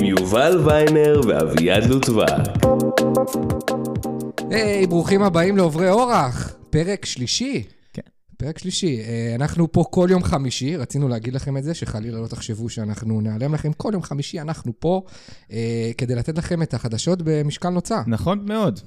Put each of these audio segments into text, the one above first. יובל ויינר ואביעד לוטבק. היי, ברוכים הבאים לעוברי אורח, פרק שלישי. כן. פרק שלישי. אה, אנחנו פה כל יום חמישי, רצינו להגיד לכם את זה, שחלילה לא תחשבו שאנחנו נעלם לכם. כל יום חמישי אנחנו פה אה, כדי לתת לכם את החדשות במשקל נוצה. נכון מאוד.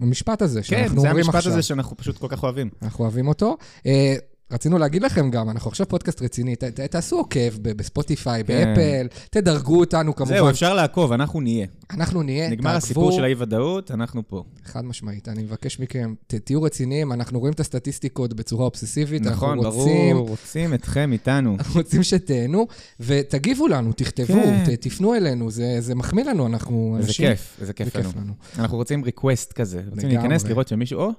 המשפט הזה כן, שאנחנו זה אומרים המשפט עכשיו. הזה שאנחנו פשוט כל כך אוהבים. אנחנו אוהבים אותו. אה, רצינו להגיד לכם גם, אנחנו עכשיו פודקאסט רציני, ת, ת, תעשו עוקב ב- בספוטיפיי, כן. באפל, תדרגו אותנו כמובן. זהו, אפשר לעקוב, אנחנו נהיה. אנחנו נהיה, נגמר תעקבו. הסיפור של האי-ודאות, אנחנו פה. חד משמעית, אני מבקש מכם, ת, תהיו רציניים, אנחנו רואים את הסטטיסטיקות בצורה אובססיבית, נכון, אנחנו ברור, רוצים, רוצים אתכם איתנו. אנחנו רוצים שתהנו, ותגיבו לנו, תכתבו, כן. ת, תפנו אלינו, זה, זה מחמיא לנו, אנחנו איזה אנשים... כיף, איזה זה כיף לנו. אנחנו רוצים ריקווסט כזה. רוצים לגמרי. להיכנס, לראות שמישהו, או,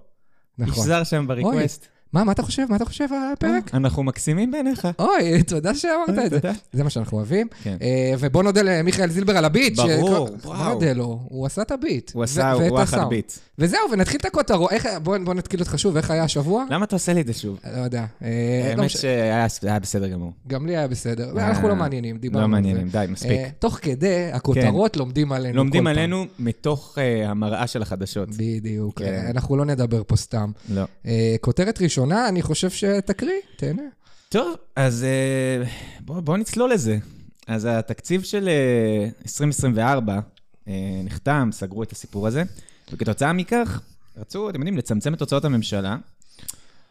נכון. ישזר שם בריקווסט. מה, מה אתה חושב? מה אתה חושב על הפרק? אנחנו מקסימים בעיניך. אוי, תודה שאמרת את זה. תודה. זה מה שאנחנו אוהבים. כן. אה, ובוא נודה למיכאל זילבר על הביט. ברור, שכל- וואו. מה נודה לו? הוא עשה את הביט. הוא ו- עשה ואת רוח על הסאונד. ביט. וזהו, ונתחיל את הכותרות. איך- בוא בוא נתקיל אותך שוב, איך היה השבוע? למה אתה עושה לי את זה שוב? לא יודע. אה, לא האמת מש- שהיה היה בסדר גמור. גם לי היה בסדר. אה, אנחנו לא מעניינים, דיברנו לא על זה. מעניינים, די, מספיק. כן. אה, תוך כדי, הכותרות לומדים עלינו. לומדים כל פעם. עלינו מתוך אה, המראה של החדשות. בדיוק. כן. אה, אנחנו לא נדבר פה סתם. לא. אה, כותרת ראשונה, אני חושב שתקריא, תהנה. טוב, אז אה, בואו בוא נצלול לזה. אז התקציב של אה, 2024 אה, נחתם, סגרו את הסיפור הזה, וכתוצאה מכך רצו, אתם יודעים, לצמצם את הוצאות הממשלה.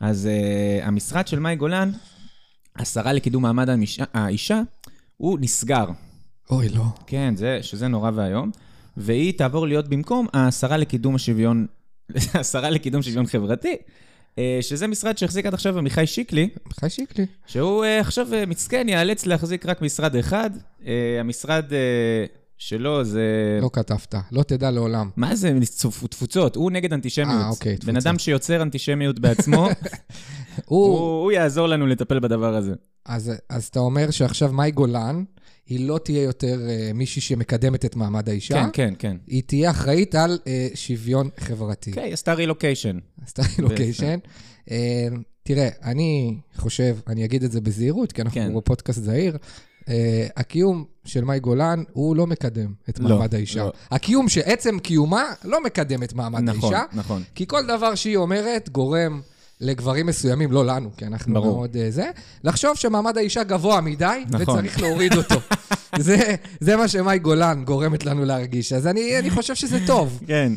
אז אה, המשרד של מאי גולן, השרה לקידום מעמד האישה- האישה, הוא נסגר. אוי, לא. כן, זה, שזה נורא ואיום. והיא תעבור להיות במקום השרה לקידום השוויון, השרה לקידום שוויון חברתי, אה, שזה משרד שהחזיק עד עכשיו עמיחי שיקלי. חי שיקלי. שהוא אה, עכשיו אה, מסכן, ייאלץ להחזיק רק משרד אחד. אה, המשרד אה, שלו זה... לא כתבת, לא תדע לעולם. מה זה? צופ- תפוצות, הוא נגד אנטישמיות. אה, אוקיי, בן תפוצות. אדם שיוצר אנטישמיות בעצמו, הוא, הוא, הוא יעזור לנו לטפל בדבר הזה. אז, אז אתה אומר שעכשיו מאי גולן, היא לא תהיה יותר אה, מישהי שמקדמת את מעמד האישה, כן, כן, כן. היא תהיה אחראית על אה, שוויון חברתי. אוקיי, עשתה רילוקיישן. עשתה לוקיישן. אוקיי, אה, תראה, אני חושב, אני אגיד את זה בזהירות, כי אנחנו כן. בפודקאסט זהיר, אה, הקיום של מאי גולן, הוא לא מקדם את לא, מעמד האישה. לא. הקיום שעצם קיומה לא מקדם את מעמד נכון, האישה, נכון. כי כל דבר שהיא אומרת גורם לגברים מסוימים, לא לנו, כי אנחנו ברור. מאוד אה, זה, לחשוב שמעמד האישה גבוה מדי, נכון. וצריך להוריד אותו. זה, זה מה שמאי גולן גורמת לנו להרגיש. אז אני, אני חושב שזה טוב. כן.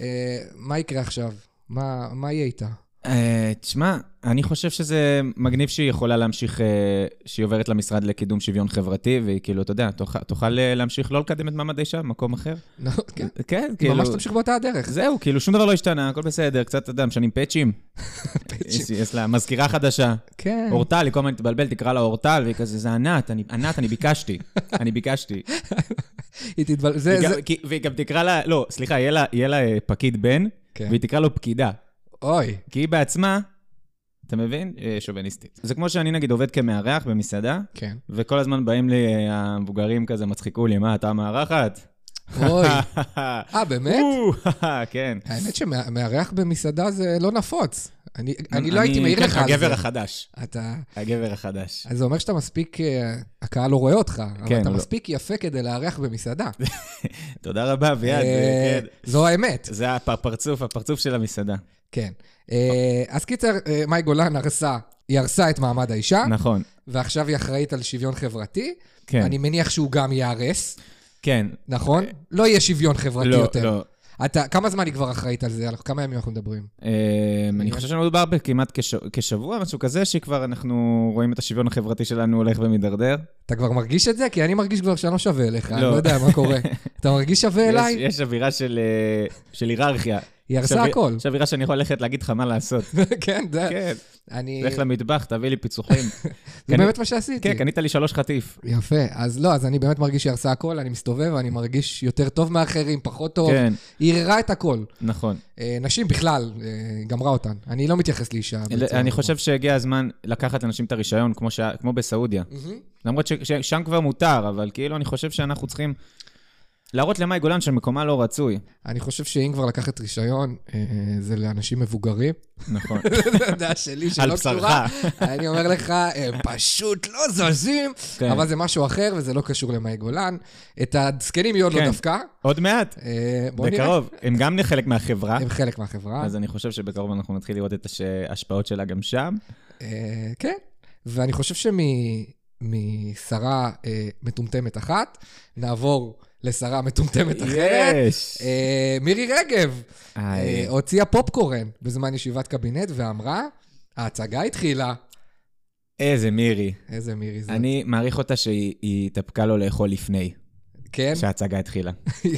אה, מה יקרה עכשיו? מה, מה יהיה איתה? אה, תשמע, אני חושב שזה מגניב שהיא יכולה להמשיך, אה, שהיא עוברת למשרד לקידום שוויון חברתי, והיא כאילו, אתה יודע, תוכל, תוכל אה, להמשיך לא לקדם את מעמד האישה במקום אחר. נו, כן. כן, כאילו... ממש תמשיך באותה הדרך. זהו, כאילו, שום דבר לא השתנה, הכל בסדר, קצת, אתה יודע, משנים פאצ'ים. יש- יש לה מזכירה חדשה. כן. אורטל, היא כל הזמן תתבלבל, תקרא לה אורטל, והיא כזה, זה ענת, אני- ענת, אני ביקשתי. אני ביקשתי. היא תתבל... זה, היא גם- זה... כי- והיא גם תקרא לה, לא, סליחה, יהיה לה- יהיה לה אה, פקיד בן, כן. והיא תקרא לו פקידה. אוי. כי היא בעצמה, אתה מבין? אה, שוביניסטית. זה כמו שאני, נגיד, עובד כמארח במסעדה, כן. וכל הזמן באים לי אה, המבוגרים כזה, מצחיקו לי, מה, אתה מארחת? אוי. אה, באמת? כן. האמת שמארח במסעדה זה לא נפוץ. אני, אני לא הייתי מעיר כן, לך על זה. הגבר החדש. אתה... הגבר החדש. אז זה אומר שאתה מספיק, אה, הקהל לא רואה אותך, אבל כן, אתה לא. מספיק יפה כדי לארח במסעדה. תודה רבה, אביעד. אה, כן. זו האמת, זה הפ- הפרצוף, הפרצוף של המסעדה. כן. אה, אז קיצר, אה, מאי גולן הרסה, היא הרסה את מעמד האישה, נכון. ועכשיו היא אחראית על שוויון חברתי. כן. אני מניח שהוא גם ייהרס, כן. נכון? לא יהיה שוויון חברתי לא, יותר. לא. אתה, כמה זמן היא כבר אחראית על זה? אנחנו- כמה ימים אנחנו מדברים? אה, אני חושב שמדובר בכמעט כש- כשבוע, משהו כזה, שכבר אנחנו רואים את השוויון החברתי שלנו הולך ומידרדר. אתה כבר מרגיש את זה? כי אני מרגיש כבר שאני לא שווה אליך, אני לא. לא יודע מה קורה. אתה מרגיש שווה יש- אליי? יש אווירה של אה, של היררכיה. היא הרסה יש אוויר- הכל. יש אווירה שאני יכול ללכת להגיד לך מה לעשות. כן, זה... כן, אני... לך למטבח, תביא לי פיצוחים. אה, זה באמת מה שעשיתי. כן, קנית לי שלוש חטיף. יפה. אז לא, אז אני באמת מרגיש שהיא הרסה הכל, אני מסתובב, אני מרגיש יותר טוב מאחרים, פחות טוב. כן, היא ערערה את הכל. נכון. אה, נשים בכלל, אה, גמרה אותן. אני לא מתייחס לאישה. בצורה אני הזאת. חושב שהגיע הזמן לקחת לאנשים את הרישיון, כמו שה- כמו בסעודיה. מהמם. למרות ששם כבר מותר, אבל כאילו, אני חושב שאנחנו צריכים להראות למאי גולן שמקומה לא רצוי. אני חושב שאם כבר לקחת רישיון, אה, זה לאנשים מבוגרים. נכון. זו הדעה שלי שלא על בשרך. לא קשורה. אני אומר לך, הם פשוט לא זזים, כן. אבל זה משהו אחר וזה לא קשור למאי גולן. את הזקנים היא עוד לא כן. דפקה. עוד מעט, אה, בוא נראה. בקרוב. הם גם חלק מהחברה, הם חלק מהחברה. אז אני חושב שבקרוב אנחנו נתחיל לראות את הש- ההשפעות שלה גם שם. אה, כן, ואני חושב משרה אה, מטומטמת אחת, נעבור לשרה מטומטמת אחרת. יש! אה, מירי רגב איי. אה, הוציאה פופקורן בזמן ישיבת קבינט ואמרה, ההצגה התחילה. אוקיי. איזה מירי. איזה מירי זאת. אני מעריך אותה שהיא היא התאפקה לו לאכול לפני כן? שההצגה התחילה.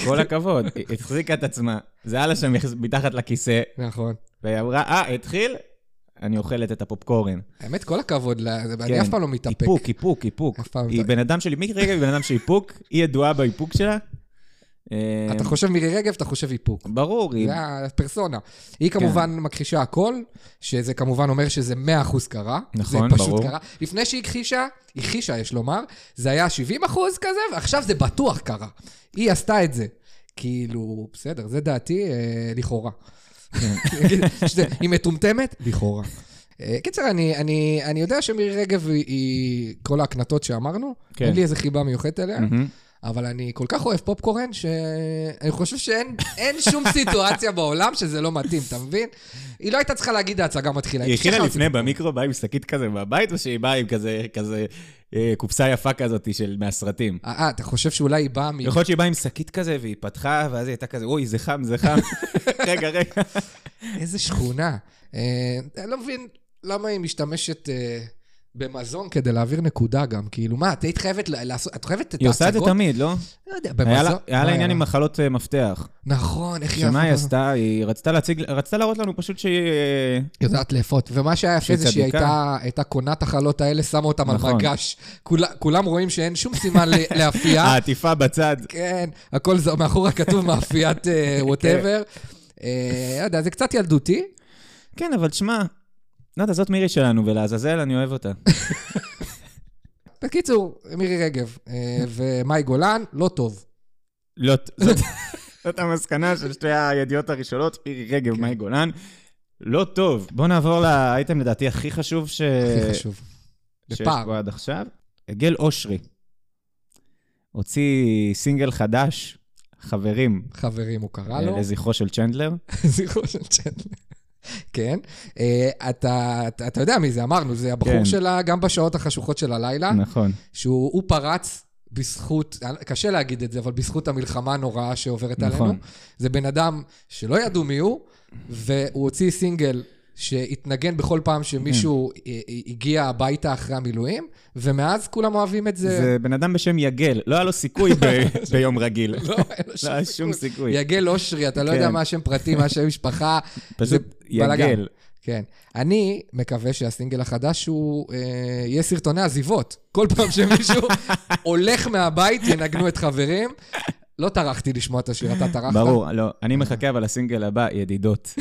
כל הכבוד, היא החזיקה את עצמה. זה עלה שם יחס- מתחת לכיסא, נכון. והיא אמרה, אה, התחיל? אני אוכלת את הפופקורן. האמת, כל הכבוד לה, כן. אני אף פעם לא מתאפק. איפוק, איפוק, איפוק. אף פעם היא אתה- בן אדם של... מירי רגב היא בן אדם של איפוק, היא ידועה באיפוק שלה. אה, אתה חושב מירי רגב, אתה חושב איפוק. ברור, היא... זה הפרסונה. היא כן. כמובן מכחישה הכל, שזה כמובן אומר שזה 100% קרה. נכון, זה פשוט ברור. קרה. לפני שהיא הכחישה, הכחישה, יש לומר, זה היה 70% כזה, ועכשיו זה בטוח קרה. היא עשתה את זה. כאילו, בסדר, זה דעתי, אה, לכאורה. כן. שזה- היא מטומטמת? לכאורה. אה, קיצר, אני, אני, אני יודע שמירי רגב היא, היא כל ההקנטות שאמרנו, כן. אין לי איזה חיבה מיוחדת אליה, מהמם. אבל אני כל כך אוהב פופקורן, שאני חושב שאין אין שום סיטואציה בעולם שזה לא מתאים, אתה מבין? היא לא הייתה צריכה להגיד ההצגה מתחילה. היא הכינה שכחה לפני אותי. במיקרו, באה עם שקית כזה מהבית, או שהיא באה עם כזה, כזה אה, קופסה יפה כזאת של מהסרטים? אה, אה, אתה חושב שאולי היא באה מ... יכול להיות שהיא באה עם שקית כזה, והיא פתחה, ואז היא הייתה כזה, אוי, זה חם, זה חם. רגע, רגע. איזה שכונה. אה, אני לא מבין למה היא משתמשת אה, במזון כדי להעביר נקודה גם. כאילו, מה, את היית חייבת ל- לעשות... את חייבת את ההצגות? היא עושה את זה תמיד, לא? לא יודע, היה במזון... לה- היה מה לה עניין עם מחלות אה, מפתח. נכון, איך שמה היא עבדה? עשתה? היא רצתה להציג, רצתה להראות לנו פשוט שהיא... אה, יודעת לאפות. ומה שהיה יפה שהיא זה שהיא צדיקה. הייתה, הייתה קונה את החלות האלה, שמה אותם על נכון. מגש. כולה- כולם רואים שאין שום סימן ל- לאפייה. העטיפה בצד. כן, הכל זה מאחורה כתוב מאפיית וואטאבר. לא יודע, זה קצת ילדותי. כן, אבל שמע, לא יודע, זאת מירי שלנו, ולעזאזל, אני אוהב אותה. בקיצור, מירי רגב אה, ומאי גולן, לא טוב. לא, זאת- זאת המסקנה של שתי הידיעות הראשונות, מירי רגב, כן. מאי גולן. לא טוב. בואו נעבור לאייטם לדעתי הכי חשוב ש... הכי חשוב. אה, שיש בפער. בו עד עכשיו. יגל אושרי הוציא סינגל חדש, חברים, אה, חברים, הוא קרא לו. לזכרו של צ'נדלר. זכרו של צ'נדלר. כן. אה, אתה אתה- אתה יודע מי זה, אמרנו, זה הבחור כן. שלה גם בשעות החשוכות של הלילה, נכון. שהוא הוא פרץ. בזכות, קשה להגיד את זה, אבל בזכות המלחמה הנוראה שעוברת נכון. עלינו. זה בן אדם שלא ידעו מי הוא, והוא הוציא סינגל שהתנגן בכל פעם שמישהו כן. אה, אה, הגיע הביתה אחרי המילואים, ומאז כולם אוהבים את זה. זה בן אדם בשם יגל, לא היה לו סיכוי ב- ביום רגיל. לא, אין לו לא היה שום סיכוי. יגל אושרי, אתה לא כן. יודע מה השם פרטי, מה השם משפחה. זה פשוט בלגן. יגל. כן. אני מקווה שהסינגל החדש הוא... אה, יהיה סרטוני עזיבות. כל פעם שמישהו הולך מהבית, ינגנו את חברים. לא טרחתי לשמוע את השיר, אתה טרחת? ברור, לא. אני מחכה אבל לסינגל הבא, ידידות.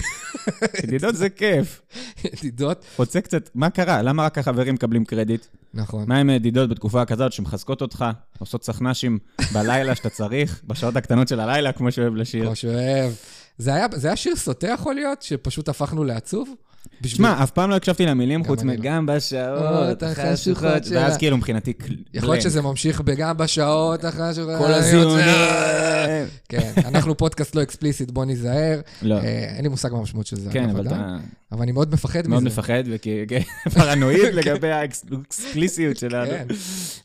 ידידות זה כיף. ידידות. רוצה קצת, מה קרה? למה רק החברים מקבלים קרדיט? נכון. מה עם הידידות בתקופה כזאת שמחזקות אותך, עושות סכנ"שים בלילה שאתה צריך, בשעות הקטנות של הלילה, כמו שאוהב לשיר? כמו שאוהב. זה היה, זה היה שיר סוטה יכול להיות? שפשוט הפכנו לעצוב? בשביל- שמע, אף פעם לא הקשבתי למילים חוץ אני לא. מגם בשעות עוד החשוכות, החשוכות שלה. ואז כאילו מבחינתי קל- יכול להיות קלן. שזה ממשיך בגם בשעות אחרי ש... כל הזיונים. כן, אנחנו פודקאסט לא אקספליסיט, בוא ניזהר. לא. אה, אין לי מושג מה המשמעות של זה. כן, אגב, אבל עדיין. אתה אבל אני מאוד מפחד מזה. מאוד מפחד ופרנואיד לגבי האקספליסיות שלנו. כן.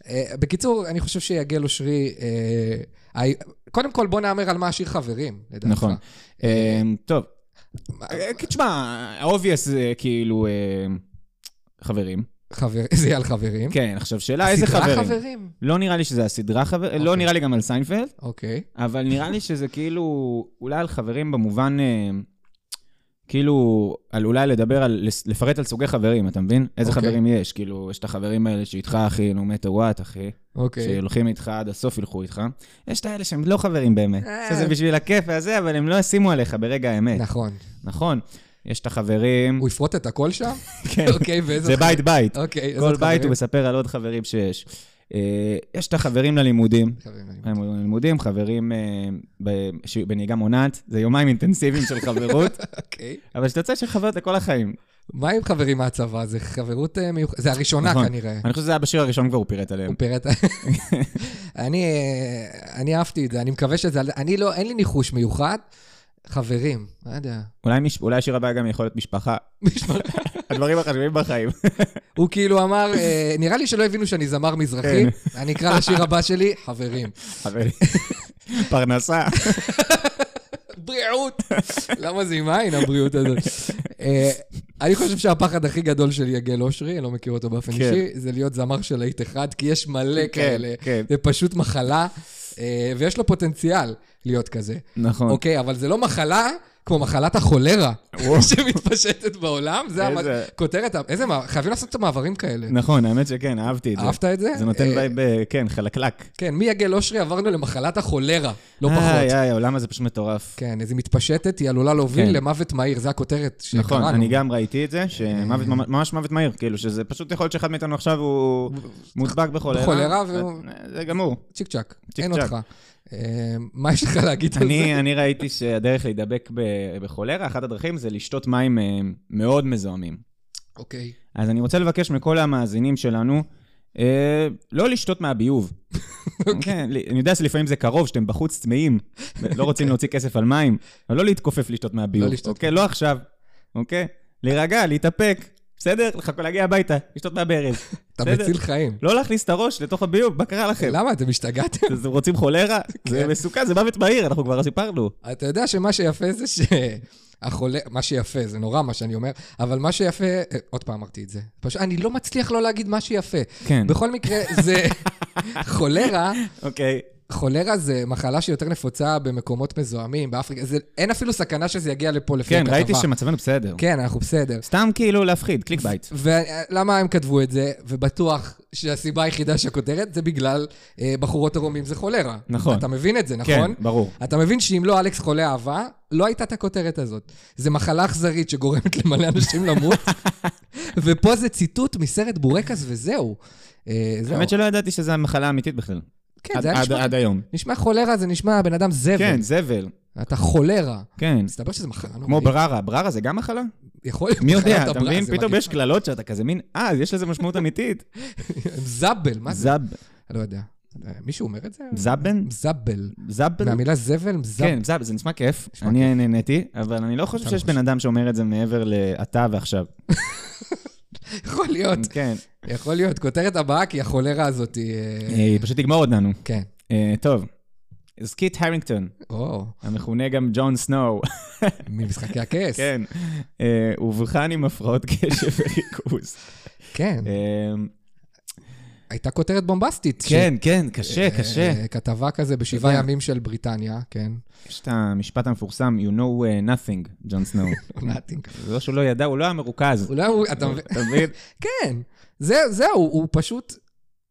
אה, בקיצור, אני חושב שיגל אושרי... אה, הי- קודם כל, בוא נאמר על מה השיר חברים, לדעתך. נכון. אה, אמ, טוב, מה- אה, תשמע, האובייס זה כאילו אה, חברים. חבר- זה יהיה על חברים. כן, עכשיו שאלה, איזה סדרה חברים? חברים. לא נראה לי שזה הסדרה חבר... לא אוקיי. נראה לי גם על סיינפלד. אוקיי. אבל נראה לי שזה כאילו, אולי על חברים במובן, אה, כאילו, על אולי לדבר על, לס- לפרט על סוגי חברים, אתה מבין? איזה אוקיי. חברים יש, כאילו, יש את החברים האלה שאיתך, אחי, no matter what, אחי, אוקיי. שהולכים איתך עד הסוף ילכו איתך. יש את האלה שהם לא חברים באמת, אה. שזה בשביל הכיף הזה, אבל הם לא ישימו עליך ברגע האמת, נכון. נכון? יש את החברים, הוא יפרוט את הכל שם? כן, אוקיי, ואיזה... זה בית בית. אוקיי, איזה כל עוד בית חברים? הוא מספר על עוד חברים שיש. אה, יש את החברים ללימודים. חברים, אני- חברים ללימודים, חברים אה, ב- ש- בנהיגה מונעת, זה יומיים אינטנסיביים של חברות, אוקיי. אבל שאתה יוצא של חברות לכל החיים. מה עם חברים מהצבא? זה חברות מיוחדת, זה הראשונה נכון. כנראה. אני חושב שזה היה בשיר הראשון כבר, הוא פירט עליהם. הוא פירט... אני, אה, אני אהבתי את זה, אני מקווה שזה... אני לא, אין לי ניחוש מיוחד. חברים, לא יודע. אולי מש- אולי השיר הבא גם יכול להיות משפחה. הדברים החשובים בחיים. הוא כאילו אמר, אה, נראה לי שלא הבינו שאני זמר מזרחי, כן. אני אקרא לשיר הבא שלי, חברים. חברים. פרנסה. בריאות! למה זה עם עין הבריאות הזאת? אה, אני חושב שהפחד הכי גדול של יגל אושרי, אני לא מכיר אותו באופן כן. אישי, זה להיות זמר של להיט אחד, כי יש מלא כאלה. כן. זה פשוט מחלה, אה, ויש לו פוטנציאל להיות כזה. נכון. אוקיי, אבל זה לא מחלה כמו מחלת החולרה וואו. שמתפשטת בעולם, זה המ- איזה- כותרת, ה- איזה, מה- חייבים לעשות את המעברים כאלה. נכון, האמת שכן, אהבתי את זה. אהבת את זה? זה נותן אה, וייב, אה, כן, חלקלק. כן, מיגל אושרי עברנו למחלת החולרה, לא איי, פחות. איי, העולם הזה פשוט מטורף. כן, אז היא מתפשטת, היא עלולה כן. להוביל למוות מהיר, זה הכותרת שקראנו. נכון, אני גם ראיתי את זה, שמוות, ממ- ממש מוות מהיר, כאילו, שזה פשוט יכול להיות שאחד מאיתנו עכשיו הוא מודבק בחולרה. בחולרה והוא- זה גמור. צ'יק צ'אק, צ'יק אין צ'אק. אותך. אה, מה יש לך להגיד על זה? אני, אני ראיתי שהדרך להידבק ב- בחולרה, אחת הדרכים זה לשתות מים אה, מאוד מזוהמים. אוקיי. אז אני רוצה לבקש מכל המאזינים שלנו, אה, לא לשתות מהביוב. אוקיי. כן, לי- אני יודע שלפעמים זה קרוב, שאתם בחוץ צמאים, לא רוצים להוציא כסף על מים, אבל לא להתכופף לשתות לא מהביוב. לשתות. אוקיי, לא עכשיו, אוקיי? להירגע, להתאפק, בסדר? לחכות להגיע הביתה, לשתות מהברז. אתה בסדר? מציל חיים. לא להכניס את הראש לתוך הביוב, מה קרה לכם? למה, כן. אתם השתגעתם? אתם רוצים חולרה? זה מסוכן, זה מוות מהיר, אנחנו כבר סיפרנו. אתה יודע שמה שיפה זה ש... החולה, מה שיפה, זה נורא מה שאני אומר, אבל מה שיפה, אה, עוד פעם אמרתי את זה, פשוט, אני לא מצליח לא להגיד מה שיפה. כן. בכל מקרה, זה חולרה, אוקיי. חולרה זה מחלה שיותר נפוצה במקומות מזוהמים, באפריקה, זה, אין אפילו סכנה שזה יגיע לפה לפי כן, הכתבה. ראיתי שמצבנו בסדר. כן, אנחנו בסדר. סתם כאילו להפחיד, קליק בייט. ולמה הם כתבו את זה, ובטוח שהסיבה היחידה שהכותרת זה בגלל אה, בחורות עירומים זה חולרה. נכון. אתה מבין את זה, כן, נכון? ברור. אתה מבין שאם לא אלכס חולה אהבה, לא הייתה את הכותרת הזאת. זה מחלה אכזרית שגורמת למלא אנשים למות, ופה זה ציטוט מסרט בורקס וזהו. אה, זהו. האמת שלא ידעתי שזו המחלה האמיתית בכלל. כן, עד- זה היה עד- נשמע... עד היום. נשמע חולרה, זה נשמע בן אדם זבל. כן, זבל. אתה חולרה. כן. מסתבר שזה מחלה כמו נוראית. בררה, בררה זה גם מחלה? יכול להיות מי יודע, מחלת אתה הברא, מבין? זה פתאום מגעיל. יש קללות שאתה כזה מין, אה, אז יש לזה משמעות אמיתית. זבל, מה זה? זב, לא יודע. מישהו אומר את זה? זבן? זבל. זבן? מהמילה זבל? זבל. כן, זב, זה נשמע כיף. נשמע אני נהניתי, אבל אני לא חושב אתה שיש לא בן אדם שאומר את זה מעבר ל"אתה ועכשיו". יכול להיות. כן. יכול להיות. כותרת הבאה, כי החולרה הזאת היא... אה, אה, היא פשוט תגמור אותנו. כן. אה, טוב. אז קיט הרינגטון, או, המכונה גם ג'ון סנואו, ממשחקי הכס. כן, אה, אובחן עם הפרעות קשב וריכוז. כן. אה, הייתה כותרת בומבסטית. ש- כן, כן, קשה, אה, קשה. כתבה כזה בשבעה יודע. ימים של בריטניה, כן. יש את המשפט המפורסם, you know uh, nothing, ג'ון סנואו. Nothing. זה לא שהוא לא ידע, הוא לא היה מרוכז. אולי הוא... אתה מבין? אתה מבין? כן. זה- זהו, הוא פשוט...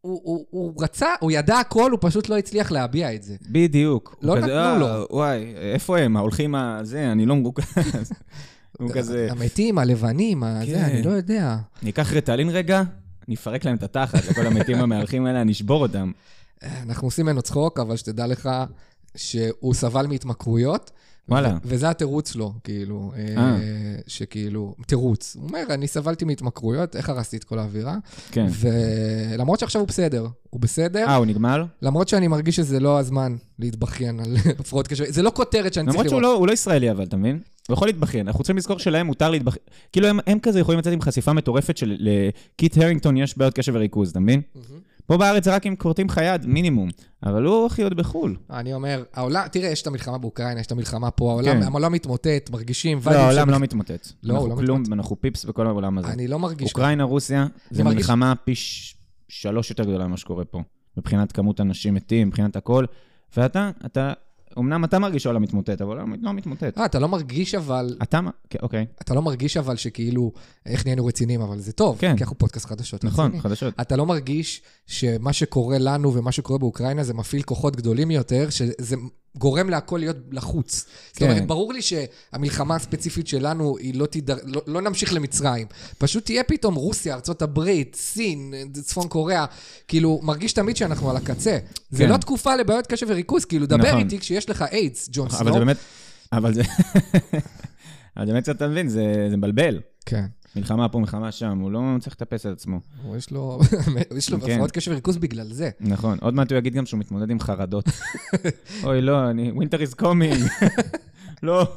הוא- הוא הוא רצה, הוא ידע הכל, הוא פשוט לא הצליח להביע את זה. בדיוק. לא הוא כזה, נתנו "אה, לו." וואי, איפה הם? ההולכים ה... זה, אני לא מרוכז. הוא כזה, המתים, הלבנים, ה- זה, כן. אני לא יודע. ניקח רטלין רגע, נפרק להם את התחת לכל המתים המהלכים האלה, נשבור אותם. אנחנו עושים ממנו צחוק, אבל שתדע לך שהוא סבל מהתמכרויות. וואלה. וזה התירוץ שלו, כאילו, אה, אה. שכאילו, תירוץ. הוא אומר, אני סבלתי מהתמכרויות, איך הרסתי את כל האווירה? כן. ולמרות שעכשיו הוא בסדר, הוא בסדר, אה, הוא נגמל? למרות שאני מרגיש שזה לא הזמן להתבכיין על הפרעות קשה, זה לא כותרת שאני צריך למרות לראות. שהוא לא, הוא לא ישראלי, אבל, אתה מבין? הוא יכול להתבכיין. אנחנו צריכים לזכור שלהם מותר להתבכיין. כאילו, הם, הם כזה יכולים לצאת עם חשיפה מטורפת של... לקיט הרינגטון יש בעיות קשב וריכוז, אתה מבין? Mm-hmm. פה בארץ זה רק אם כורתים לך יד, מינימום. אבל הוא הכי עוד בחו"ל. אני אומר, העולם, תראה, יש את המלחמה באוקראינה, יש את המלחמה פה, העולם, כן. העולם לא מתמוטט, מרגישים לא, וייבים של העולם מלח- לא מתמוטט. לא, הוא אנחנו לא כלום, אנחנו פיפס בכל העולם הזה. אני לא מרגיש... אוקראינה, רוסיה, זה מרגיש- מלחמה פי ש- שלוש יותר גדולה ממה שקורה פה. מבחינת כמות אנשים מתים, מבחינת הכל. ואתה, אתה, אמנם אתה מרגיש שהעולם מתמוטט, אבל העולם לא מתמוטט. אה, אתה לא מרגיש אבל, אתה, מה- כן, אוקיי, אתה לא מרגיש אבל שכאילו, איך נהיינו רציניים, אבל זה טוב, כן. כי אנחנו פודקאסט חדשות נכון, רציני. חדשות. אתה לא מרגיש שמה שקורה לנו ומה שקורה באוקראינה זה מפעיל כוחות גדולים יותר, שזה גורם להכל להיות לחוץ. זאת כן. אומרת, ברור לי שהמלחמה הספציפית שלנו, היא לא תידר... לא, לא נמשיך למצרים. פשוט תהיה פתאום רוסיה, ארצות הברית, סין, צפון קוריאה. כאילו, מרגיש תמיד שאנחנו על הקצה. כן. זה כן. לא תקופה לבעיות קשב וריכוז, כאילו, דבר נכון. איתי כשיש לך איידס, ג'ון סנואו. אבל זה באמת, אבל זה, אבל זה באמת שאתה מבין, זה זה מבלבל. כן. מלחמה פה, מלחמה שם, הוא לא צריך לטפס על עצמו. הוא, יש לו, יש לו כן. הפרעות קשב וריכוז בגלל זה. נכון, עוד מעט הוא יגיד גם שהוא מתמודד עם חרדות. אוי, לא, אני, winter is coming. לא.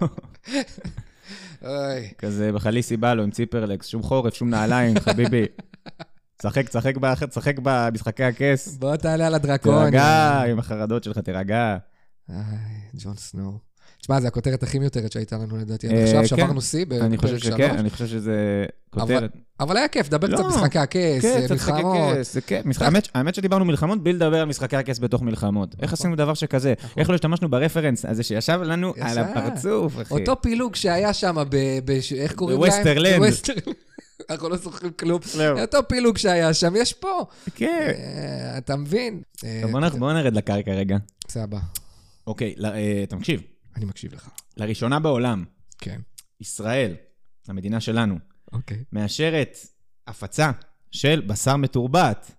אוי. כזה בחליסי בא לו עם ציפרלקס, שום חורף, שום נעליים, חביבי. צחק, צחק, ב- צחק במשחקי הכס. בוא תעלה על הדרקון. תירגע עם החרדות שלך, תירגע. איי, ג'ון סנואו. תשמע, זו הכותרת הכי מיותרת שהייתה לנו לדעתי עד אה, עכשיו, כן. שברנו שיא בפרק שלוש. אני חושב שכן, אני חושב שזה כותרת. אבל היה כיף, דבר לא. קצת משחקי הכס, כן, קצת משחקי מלחמות. כס, זה כיף. משחק- האמת- האמת שדיברנו מלחמות בלי לדבר על משחקי הכס בתוך מלחמות. נכון. איך עשינו דבר שכזה? איך לא השתמשנו ברפרנס הזה שישב לנו על ישב. הפרצוף, אחי. אותו פילוג שהיה שם ב... ב- ש- איך קוראים להם? בווסטרלנד. בווסטרלנד. אנחנו לא זוכרים כלום. לא. אותו פילוג שהיה שם, יש פה. כן. אה, אתה מבין? אה, טוב, בוא נ- בוא נרד לקרקע רגע. סבא, אוקיי, ל- אה, תקשיב. אני מקשיב לך. לראשונה בעולם, כן, ישראל, המדינה שלנו, אוקיי. מאשרת הפצה של בשר מתורבת.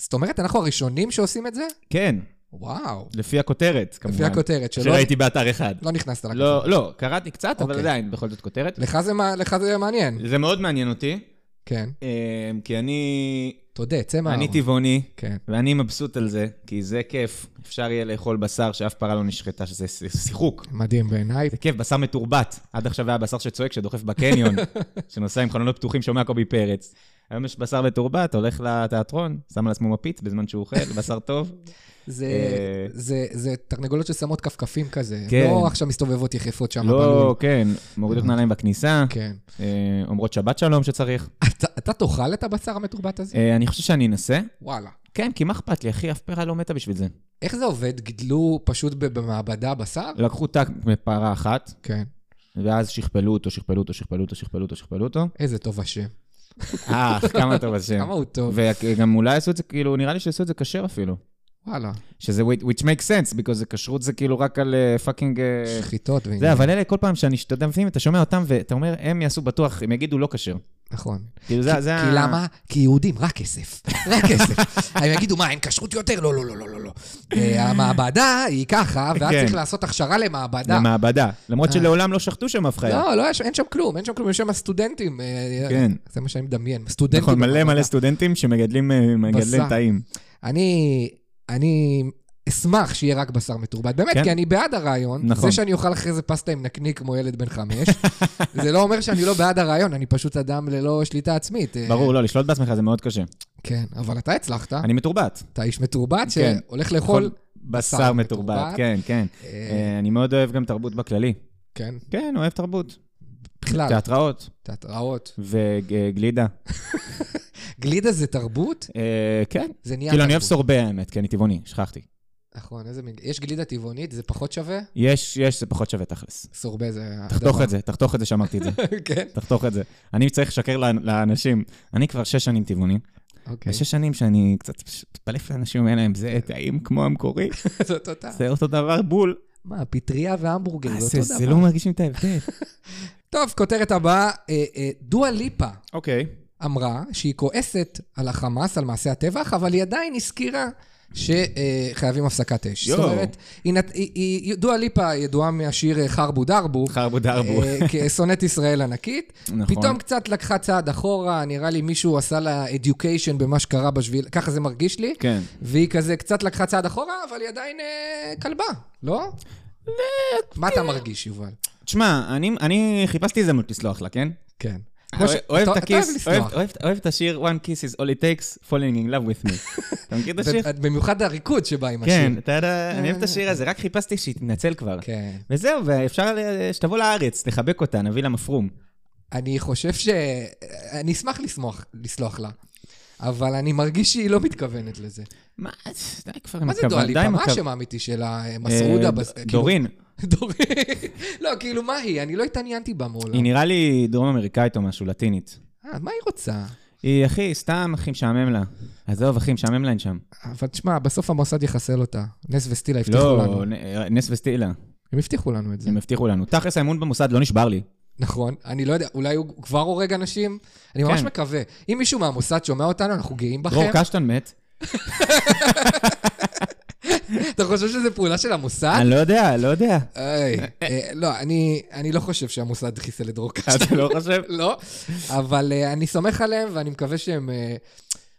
זאת אומרת, אנחנו הראשונים שעושים את זה? כן, וואו. לפי הכותרת, כמובן. לפי הכותרת שלא... שראיתי באתר אחד. לא נכנסת לכותרת. לא, לא, קראתי קצת, אבל אוקיי. עדיין, בכל זאת כותרת. לך זה מה- לך זה מעניין. זה מאוד מעניין אותי, כן. אה, כי אני תודה, צא מהארון. אני טבעוני, כן. ואני מבסוט על זה, כי זה כיף. אפשר יהיה לאכול בשר שאף פרה לא נשחטה, שזה ש- שיחוק. מדהים בעיניי. זה כיף, בשר מתורבת. עד עכשיו היה בשר שצועק, שדוחף בקניון, שנוסע עם חלונות פתוחים, שומע קובי פרץ. היום יש בשר מתורבת, הולך לתיאטרון, שם על עצמו מפיץ בזמן שהוא אוכל, בשר טוב. זה, אה. זה, זה תרנגולות ששמות כפכפים כזה. כן. לא עכשיו מסתובבות יחפות שם. בלול. לא, כן, מורידות נעליים בכניסה, כן. אה, אומרות שבת שלום שצריך. אתה, אתה תאכל את הבשר המתורבת הזה? אה, אני חושב שאני אנסה. וואלה. כן, כי מה אכפת לי, אחי, אף פרה לא מתה בשביל זה. איך זה עובד? גידלו פשוט ב- במעבדה בשר? לקחו טאק מפרה אחת, כן. ואז שכפלו אותו, שכפלו אותו, שכפלו אותו, שכפלו אותו, שכפלו אותו. איזה טוב השם. אה, כמה טוב השם. כמה הוא טוב. וגם אולי עשו את זה, כאילו, נראה לי שעשו את זה כשר אפילו. וואלה. שזה, which- which makes sense, because זה כשרות זה כאילו רק על אה, פאקינג... שחיטות ועניינים. זה, אבל אלה כל פעם שאני, שאתה מבין, אתה שומע אותם ואתה אומר, הם יעשו בטוח, הם יגידו לא כשר. נכון. כאילו, זה זה ה... כי למה? כי יהודים, רק כסף. רק כסף. הם יגידו, מה, אין כשרות יותר? לא, לא, לא, לא, לא, לא. אה, המעבדה היא ככה, ואז כן. צריך לעשות הכשרה למעבדה. למעבדה. למרות אה. שלעולם לא שחטו שם אף חיה. לא, לא, יש- אין שם כלום, אין שם כלום, יש שם סטודנטים. אה, כן. זה מה שאני מדמיין, סטודנטים. נכון, מלא במעבדה. מלא סטודנטים שמגדלים אה, מגדלים בשר. תאים. אני, אני אשמח שיהיה רק בשר מתורבת, באמת, כן. כי אני בעד הרעיון. נכון. זה שאני אוכל אחרי זה פסטה עם נקניק כמו ילד בן חמש, זה לא אומר שאני לא בעד הרעיון, אני פשוט אדם ללא שליטה עצמית. אה, ברור, לא, לשלוט בעצמך זה מאוד קשה. כן, אבל אתה הצלחת, אני מתורבת. אתה איש מתורבת כן. שהולך לאכול, כל בשר מתורבת, כן, כן. אה, אה, אני מאוד אוהב גם תרבות בכללי. כן, כן, אוהב תרבות. אה. בכלל, תיאטראות תיאטראות. וגלידה. גלידה זה תרבות? אה, כן. זה נהיה כאילו, אני אוהב תרבות. סורבה האמת, כי אני טבעוני, שכחתי. נכון, איזה מין... יש גלידה טבעונית, זה פחות שווה? יש, יש, זה פחות שווה תכלס. סורבה זה... תחתוך הדבר. את זה, תחתוך את זה שאמרתי את זה. כן, תחתוך את זה. אני צריך לשקר לאנ- לאנשים. אני כבר שש שנים טבעוני. אוקיי. ושש שנים שאני קצת מתפלף לאנשים, אין להם זה טעים כמו המקורי. זאת אותה. זה אותו דבר בול. מה, פטריה והמבורגר, אז אה, זה זה- אותו זה דבר. לא מרגישים את ההבדל. טוב, כותרת הבאה, אה, אה, דואה ליפה אוקיי. אמרה שהיא כועסת על החמאס, על מעשה הטבח, אבל היא עדיין הזכירה שחייבים הפסקת אש. זאת יואו. אומרת, היא נת- היא- היא- דואה ליפה ידועה מהשיר אה, חרבו דרבו. חרבו דרבו. אה, כשונאת ישראל ענקית. נכון. פתאום קצת לקחה צעד אחורה, נראה לי מישהו עשה לה education במה שקרה בשביל, ככה זה מרגיש לי. כן. והיא כזה קצת לקחה צעד אחורה, אבל היא עדיין אה, כלבה, לא? מה אתה מרגיש, יובל? תשמע, אני- אני חיפשתי הזדמנות לסלוח לה, כן? כן. כמו ש- אוהב אתה- את אתה אוהב הכיס, לסלוח. אוהב- אוהב- אוהב את השיר One Kiss is all it takes, falling in love with me. אתה מכיר את השיר? ב- במיוחד הריקוד שבא עם השיר. כן, טאדה, אני אוהב את השיר הזה, רק חיפשתי שהיא תתנצל כבר. כן. וזהו, ואפשר ל- שתבוא לארץ, תחבק אותה, נביא לה מפרום. אני חושב ש... אני אשמח לסמוח, לסלוח לה, אבל אני מרגיש שהיא לא מתכוונת לזה. מה, די כבר, מה זה מקו- די דואליפה? מה מקו- השם האמיתי שלה? אה, אה, מסעודה? ד- בס- כאילו- דורין, דורין. לא, כאילו, מה היא? אני לא התעניינתי בה מעולם. היא נראה לי דרום אמריקאית או משהו, לטינית. אה, מה היא רוצה? היא, אחי, סתם, אחי, משעמם לה. עזוב, אחי, משעמם להן שם. אבל תשמע, בסוף המוסד יחסל אותה. נס וסטילה הבטיחו לנו. לא, נ- נס וסטילה. הם הבטיחו לנו את זה. הם הבטיחו לנו. תכלס, האמון במוסד לא נשבר לי. נכון, אני לא יודע, אולי הוא כבר הורג אנשים? אני ממש כן. מקווה. אם מישהו מהמוסד שומע אותנו, אנחנו גאים דרור בכם. קשטן מת. אתה חושב שזו פעולה של המוסד? אני לא יודע, לא יודע. איי, אה, לא, אני אני לא חושב שהמוסד חיסל את דרור קשטן. אתה לא חושב? לא, אבל אה, אני סומך עליהם ואני מקווה שהם... אה,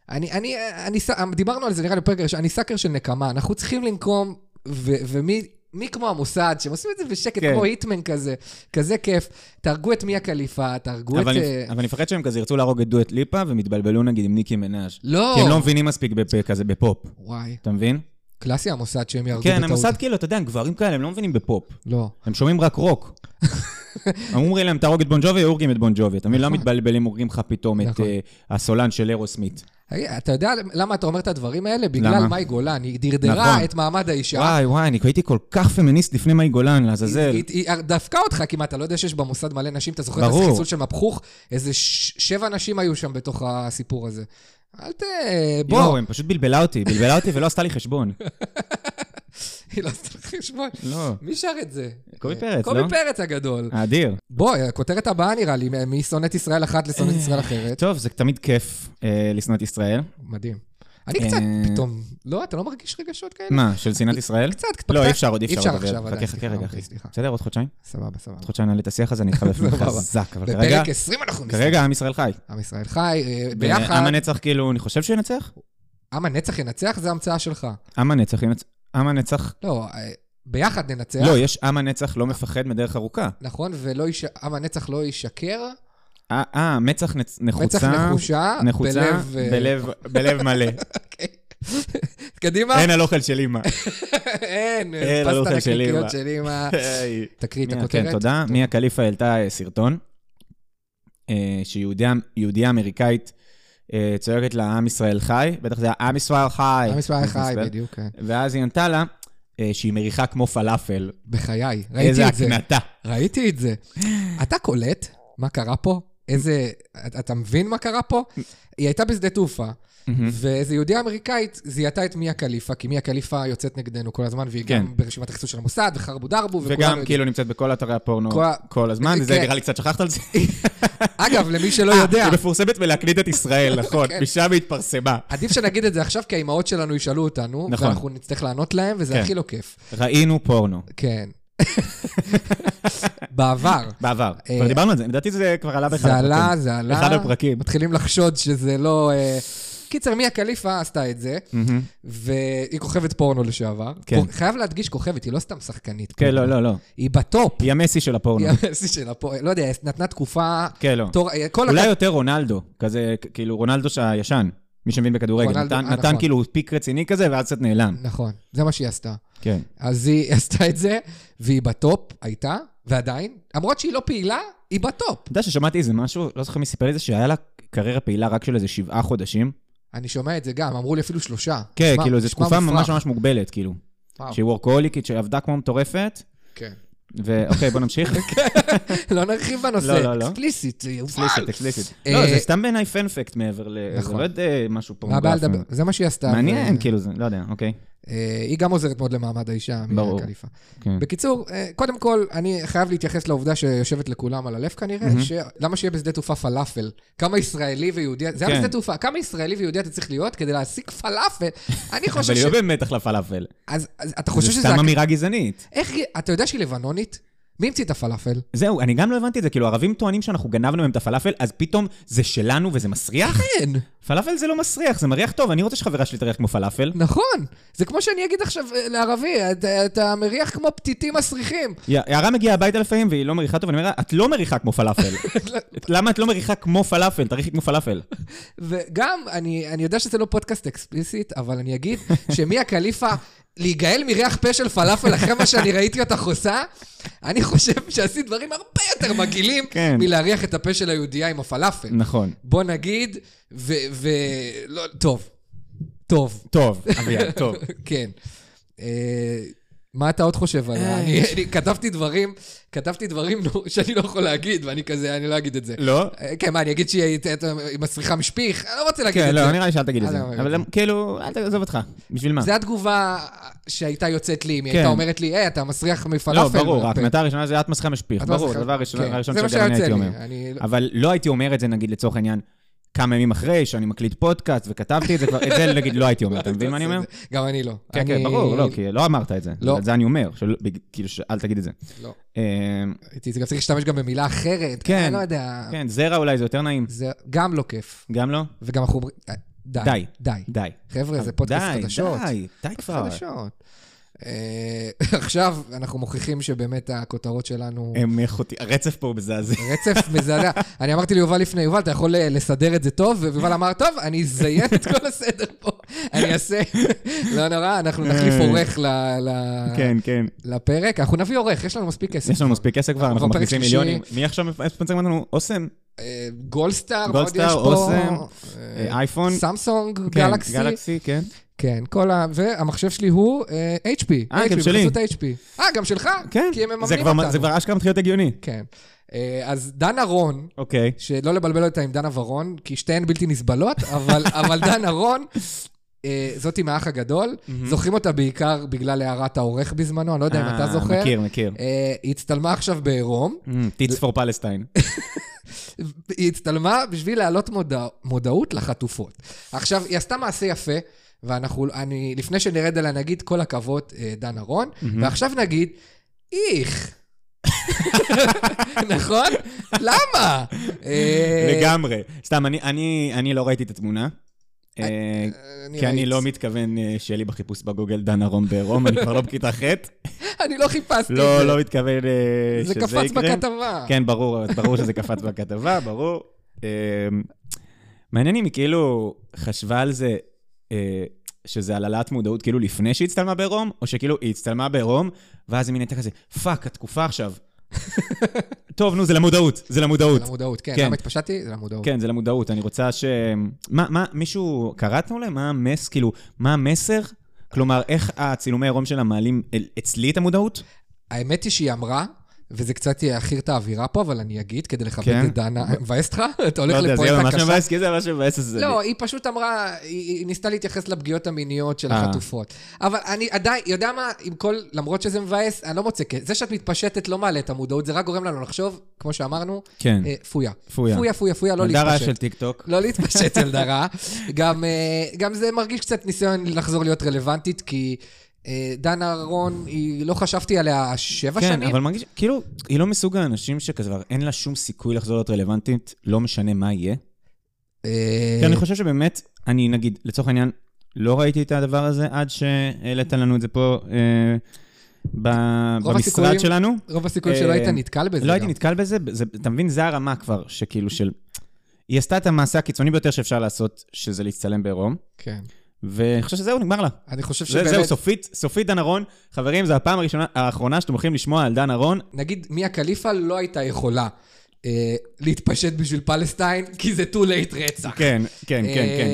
אני, אני, אה, אני, ס- דיברנו על זה נראה לי בפרק הראשון, אני סאקר של נקמה, אנחנו צריכים לנקום, ו, ומי מי כמו המוסד, שהם עושים את זה בשקט, כן. כמו היטמן כזה, כזה כיף. תהרגו את מיה קליפה, תהרגו את... אבל אה, אני- אבל אני מפחד שהם כזה ירצו להרוג את דואט ליפה והם יתבלבלו נגיד עם ניקי מנאז'. לא. כי הם לא מבינים מספיק בפ- כזה בפופ. וואי, אתה מבין? קלאסי המוסד שהם יהרגו כן, בטעות. המוסד כאילו, אתה יודע, גברים כאלה, הם לא מבינים בפופ. לא. הם שומעים רק רוק. אומרים להם, תהרוג את בון ג'ובי, הורגים את בון ג'ובי. אתה מבין? לא נכון. מתבלבלים, הורגים לך פתאום את נכון. אה, הסולן של אירו סמית. היי, אתה יודע למה אתה אומר את הדברים האלה? בגלל למה? מאי גולן, היא נכון. דרדרה את מעמד האישה. וואי, וואי, אני הייתי כל כך פמיניסט לפני מאי גולן, לעזאזל. היא- היא היא דפקה אותך כמעט, אתה לא יודע שיש במוסד מלא נשים, אתה זוכר את ברור. החיסול של מבחוך? איזה ש- שבע נשים היו שם בתוך הסיפור הזה. אל ת... בוא, יואו, הם פשוט בלבלה אותי, בלבלה אותי ולא עשתה לי חשבון. היא לא עשתה לך חשבון. לא. מי שר את זה? קובי אה, פרץ, לא? קובי פרץ הגדול. האדיר. בוא, הכותרת הבאה נראה לי, מ- משונאת ישראל אחת לשונאת ישראל אחרת. טוב, זה תמיד כיף אה, לשנוא את ישראל. מדהים. אני קצת אה, פתאום... לא, אתה לא מרגיש רגשות כאלה? מה, של שנאת ישראל? קצת, לא, פתח- אי אפשר עוד, אי אי אפשר אפשר עוד. עכשיו חכה, עדיין, סליחה, אוקיי, חכה רגע, אחי. סליחה. בסדר, עוד חודשיים? סבבה, סבבה. עוד חודשיים נעלה את השיח הזה, אני אתחלף ממך סבבה. חזק, אבל כרגע, לא, בפרק 20 אנחנו נסיים. כרגע עם ישראל חי. עם ישראל חי, אה, עם ביחד. הנצח, כאילו, אני חושב שהוא ינצח? עם הנצח ינצח, זה המצאה שלך. עם הנצח ינצח. עם הנצח... לא, אה, ביחד ננצח. לא, יש עם הנצח לא מפחד מדרך ארוכה. נכון, ולא יש... עם הנצח לא ישקר. אה, אה, מצח נצ- מצח נחוצה. נחושה. נחוצה, בלב... אה, בלב, בלב מלא. אוקיי. קדימה. אין על אוכל של אימא. אין. אין, לא פסטה אוכל של נקניקיות אמא. של אמא. היי. תקריא את מיה- הכותרת. כן, תודה. מיה קליפה העלתה אה, סרטון, אה, שיהודיה יהודיה אמריקאית אה, צועקת לה, עם ישראל חי, בטח זה היה עם ישראל חי. עם ישראל חי, ישראל. בדיוק, כן. ואז היא ענתה לה אה, שהיא מריחה כמו פלאפל. בחיי, ראיתי איזה את זה. הקנטה. ראיתי את זה. אתה קולט מה קרה פה? איזה... אתה- אתה מבין מה קרה פה? היא הייתה בשדה תעופה, Mm. ואיזו יהודיה אמריקאית זיהתה את מיה קליפה, כי מיה קליפה יוצאת נגדנו כל הזמן, והיא כן. גם ברשימת החיסול של המוסד, וחרבו דרבו, וכולנו וגם יודעים. כאילו נמצאת בכל אתרי הפורנו כל- כל הזמן, וזה כן. נראה לי קצת שכחת על זה. אגב, למי שלא יודע, היא מפורסמת בלהקליט את ישראל, נכון, כן. משם היא התפרסמה. עדיף שנגיד את זה עכשיו, כי האימהות שלנו ישאלו אותנו, נכון. ואנחנו נצטרך לענות להם, וזה כן. הכי לא כיף. ראינו פורנו, כן. בעבר. בעבר. אה, כבר דיברנו על זה, לדעתי זה כבר עלה באחד זה עלה, הפרקים. זה עלה. אחד הפרקים. מתחילים לחשוד שזה לא... אה, קיצר, מיה קליפה עשתה את זה, מהמם. והיא כוכבת פורנו לשעבר. כן. חייב להדגיש כוכבת, היא לא סתם שחקנית. כן, פורנו. לא, לא, לא. היא בטופ. היא המסי של הפורנו. היא המסי שלה פה, לא יודע, נתנה תקופה... כן, לא. תור- כל אולי הכ- יותר רונלדו, כזה, כ- כאילו רונלדו הישן, מי שמבין בכדורגל. רונלדו, נתן- אה, נתן נכון. כאילו פיק רציני כזה, ואז קצת נעלם. נכון, זה מה שהיא עשתה. כן. אז היא עשתה את זה, והיא בטופ, הייתה, ועדיין, למרות שהיא לא פעילה, היא בטופ. אתה יודע ששמעתי איזה משהו, לא זוכר מי סיפר לי זה, שהיה לה קריירה פעילה רק של איזה שבעה חודשים. אני שומע את זה גם, אמרו לי אפילו שלושה. כן, נשמע- כאילו, זו נשמע תקופה מופרך. ממש ממש מוגבלת, כאילו. וואו, שהיא וורקהוליקית, שעבדה כמו מטורפת, כן. ואוקיי, בוא נמשיך. לא נרחיב בנושא. לא, לא, לא. אקספליסיט, יופל. אקספליסיט, אקספליסיט. אה, לא, זה סתם בעיניי פנפקט מעבר ל... זה נכון. לא יודע משהו מה הבעיה פורנוגרפי. לדבר? זה מה שהיא עשתה. מעניין, ו- כאילו, זה, לא יודע, אוקיי. אה, היא גם עוזרת מאוד למעמד האישה, ברור. ברור. קליפה. כן. בקיצור, אה, קודם כל, אני חייב להתייחס לעובדה שיושבת לכולם על הלב כנראה, ש- למה שיהיה בשדה תעופה פלאפל? כמה ישראלי ויהודי, זה היה כן. בשדה תעופה, כמה ישראלי ויהודי אתה צריך להיות כדי להשיג פלאפל? אני אבל חושב ש... היא לא באמת החלפה לאפל. אז אז אתה זה חושב שזה... סתם אמירה גזענית. איך היא... אתה יודע שהיא לבנונית? מי המציא את הפלאפל? זהו, אני גם לא הבנתי את זה, כאילו, הערבים טוענים שאנחנו גנבנו מהם את הפלאפל, אז פתאום זה שלנו וזה מסריח? כן, פלאפל זה לא מסריח, זה מריח טוב, אני רוצה שחברה שלי תריח כמו פלאפל. נכון. זה כמו שאני אגיד עכשיו אה, לערבי, אתה- אתה מריח כמו פתיתים מסריחים. יא- יערה מגיעה הביתה לפעמים והיא לא מריחה טוב, אני אומר לה, את לא מריחה כמו פלאפל. למה את לא מריחה כמו פלאפל? תריחי כמו פלאפל. וגם, אני, אני יודע שזה לא פודקאסט אקספליסיט, אבל אני אגיד שמיה קליפה, להיגאל מריח פה של פלאפל אחרי מה שאני ראיתי אותך עושה, אני חושב שעשית דברים הרבה יותר מגעילים כן. מלהריח את הפה של היהודייה עם הפלאפל. נכון. בוא נגיד, ו... ו לא, טוב. טוב, טוב, אביעד, טוב. כן. אה, מה אתה עוד חושב עליה? אה. אני אני כתבתי דברים, כתבתי דברים נו, שאני לא יכול להגיד, ואני כזה, אני לא אגיד את זה. לא? אה, כן, מה, אני אגיד שהיא הייתה- היא מסריחה משפיך? אני לא רוצה להגיד את כן, זה. לא, נראה לי שאל תגיד את אה, זה. לא, אבל כאילו, אל תעזוב אותך. בשביל מה? זו התגובה שהייתה יוצאת לי, אם היא כן. הייתה אומרת לי, היי, אתה מסריח לא, מפלאפל. אה, ברור, מהפה." ההקנטה הראשונה זה את מסכה משפיך. את ברור, מסריחה- הדבר הראשון כן, הראשון זה מה שגם אני שיוצא הייתי לי, אומר. אני- אבל לא הייתי אומר את זה, נגיד, לצורך העניין, כמה ימים אחרי שאני מקליט פודקאסט וכתבתי את זה כבר, את זה נגיד לא הייתי אומר, אתה מבין מה אני אומר? גם אני לא. כן, אני- כן, ברור, לא, כי לא אמרת את זה. לא. את זה אני אומר, של- בג- כאילו, אל תגיד את זה. לא. אה, הייתי גם צריך להשתמש גם במילה אחרת. כן. אני לא יודע. כן, זרע אולי זה יותר נעים. זה גם לא כיף. גם לא? וגם אנחנו אומרים, אה, די. די. די. די. חבר'ה, זה פודקאסט אה, די, חדשות. די, די כבר. חדשות. אה, עכשיו אנחנו מוכיחים שבאמת הכותרות שלנו... הם איכותי, הרצף פה הוא מזעזע. רצף מזעזע. אני אמרתי ליובל לפני, יובל, אתה יכול ל- לסדר את זה טוב? ויובל אמר, טוב, אני אזיין את כל הסדר פה, אני אעשה... לא נורא, אנחנו נחליף עורך ל- ל- אה, כן, כן. לפרק. אנחנו נביא עורך, יש לנו מספיק כסף. יש לנו מספיק כסף כבר, אנחנו כבר פרק מכניסים שלישי. מיליונים. מי עכשיו מפצצים אותנו? אוסם, אה, גולדסטאר, מה עוד גולדסטאר, יש פה? אוסם, אה, אה, אייפון. סמסונג, כן, גלקסי. גלקסי, כן. כן, כל ה... והמחשב שלי הוא אה, HP. אה, גם HP, שלי. בחסות HP. אה, גם שלך? כן. כי הם מממנים זה כבר- אותנו. זה כבר אשכרה מתחיל להיות הגיוני. כן. אה, אז דנה רון, אוקיי. שלא לבלבל אותה עם דנה ורון, כי שתיהן בלתי נסבלות, אבל, אבל דנה רון, אה, זאתי מהאח הגדול, זוכרים אותה בעיקר בגלל הערת העורך בזמנו, אני לא יודע אם אתה אה, זוכר. מכיר, מכיר. Mm, אה, היא הצטלמה עכשיו בעירום, טיטס פור פלסטיין. היא הצטלמה בשביל להעלות מודע, מודעות לחטופות. עכשיו, היא עשתה מעשה יפה, ואנחנו, אני, לפני שנרד עליה, נגיד כל הכבוד, אה, דנה רון, ועכשיו נגיד, איך. נכון? למה? אה, לגמרי. סתם, אני- אני אני לא ראיתי את התמונה. אה, אני כי אני ראיתי. לא מתכוון אה, שיהיה לי בחיפוש בגוגל דן ארום בעירום, אני כבר לא בכיתה ח'. אני לא חיפשתי את לא, זה. לא מתכוון אה, זה שזה יקרה. קפץ בכתבה. כן, ברור, ברור שזה קפץ בכתבה, ברור. אה, מעניין אם היא כאילו חשבה על זה, אה, שזה על העלאת מודעות כאילו לפני שהיא הצטלמה בעירום, או שכאילו היא הצטלמה בעירום, ואז היא מין הייתה כזה, פאק, התקופה עכשיו. טוב, נו, זה למודעות, זה למודעות. זה למודעות, כן. כן. למה התפשטתי? זה למודעות. כן, זה למודעות, אני רוצה ש... מה, מה, מישהו, קראתנו להם? מה המס, כאילו, מה המסר? כלומר, איך הצילומי עירום שלה מעלים אל- אצלי את המודעות? האמת היא שהיא אמרה, וזה קצת יעכיר את האווירה פה, אבל אני אגיד, כדי לכבד כן. את דנה, מבאס אותך? אתה לא הולך יודע, זה יהיה לפואנטה ממש קשה. מבאס, כי זה ממש מבאס. אז זה- לא, היא פשוט אמרה, היא היא ניסתה להתייחס לפגיעות המיניות של אה. החטופות. אבל אני עדיין, יודע מה, עם כל, למרות שזה מבאס, אני לא מוצא כסף. זה שאת מתפשטת לא מעלה את המודעות, זה רק גורם לנו לחשוב, כמו שאמרנו, כן. אה, פויה. פויה. פויה, פויה, פויה, לא ילדה רעה להתפשט. של טיקטוק. לא להתפשט ילדה רעה. גם, אה, גם זה מרגיש קצת ניסיון לחזור להיות רלוונטית, כי אה, דנה אהרון, היא לא חשבתי עליה שבע כן, שנים. אבל מרגיש, כאילו, היא לא מסוג האנשים שכזה, אין לה שום סיכוי לחזור להיות רלוונטית, לא משנה מה יהיה. אה, כי כן, אני חושב שבאמת, אני נגיד, לצורך העניין, לא ראיתי את הדבר הזה עד שהעלית לנו את זה פה אה, ב- רוב הסיכויים- במשרד שלנו. רוב הסיכויים שלא היית אה, נתקל בזה. לא הייתי גם. נתקל בזה, זה- אתה מבין, זה הרמה כבר, שכאילו של... היא עשתה את המעשה הקיצוני ביותר שאפשר לעשות, שזה להצטלם בעירום, כן. ואני חושב שזהו, נגמר לה. אני חושב זה- שבאמת... זהו, סופית, סופית דן ארון. חברים, זו הפעם הראשונה, האחרונה שאתם הולכים לשמוע על דן ארון. נגיד, מיה קליפה לא הייתה יכולה אה, להתפשט בשביל פלסטיין, כי זה too late רצח. כן, כן, כן, אה,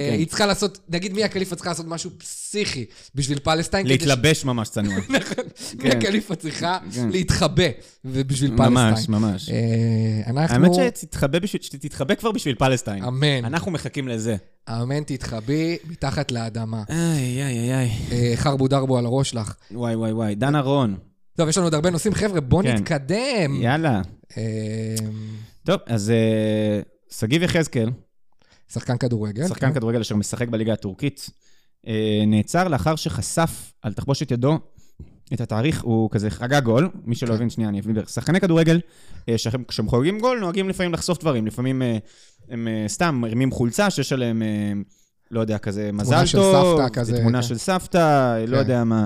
כן, היא כן. צריכה לעשות, נגיד מיה קליפה צריכה לעשות משהו פסיכי בשביל פלסטיין. כדי להתלבש ממש צנוע. ש- מיה קליפה צריכה כן. להתחבא ובשביל פלסטיין. ממש, ממש. אה, אנחנו... האמת שתתחבא בשביל- שתתחבא כבר בשביל פלסטיין. אמן. אנחנו מחכים לזה. אמן תתחבאי מתחת לאדמה. איי, איי, איי, איי. אה, חרבו דרבו על הראש לך. וואי, וואי, וואי. דן ארון. טוב, יש לנו עוד הרבה נושאים. חבר'ה, בואו כן. נתקדם. יאללה. אה, טוב, אז אה, שגיב יחזקאל, שחקן כדורגל. כן. שחקן כדורגל אשר משחק בליגה הטורקית, אה, נעצר לאחר שחשף על תחבושת ידו את התאריך, הוא כזה חגג גול, מי כן. שלא הבין, שנייה, אני אבין. שחקני כדורגל, אה, שכם- כשהם חוגגים גול, נוהגים לפעמים לחשוף דברים, לפעמים אה, הם אה, סתם מרימים חולצה שיש עליהם, אה, לא יודע, כזה מזל של טוב, סבתא כזה, תמונה כן. של סבתא, לא כן. יודע מה,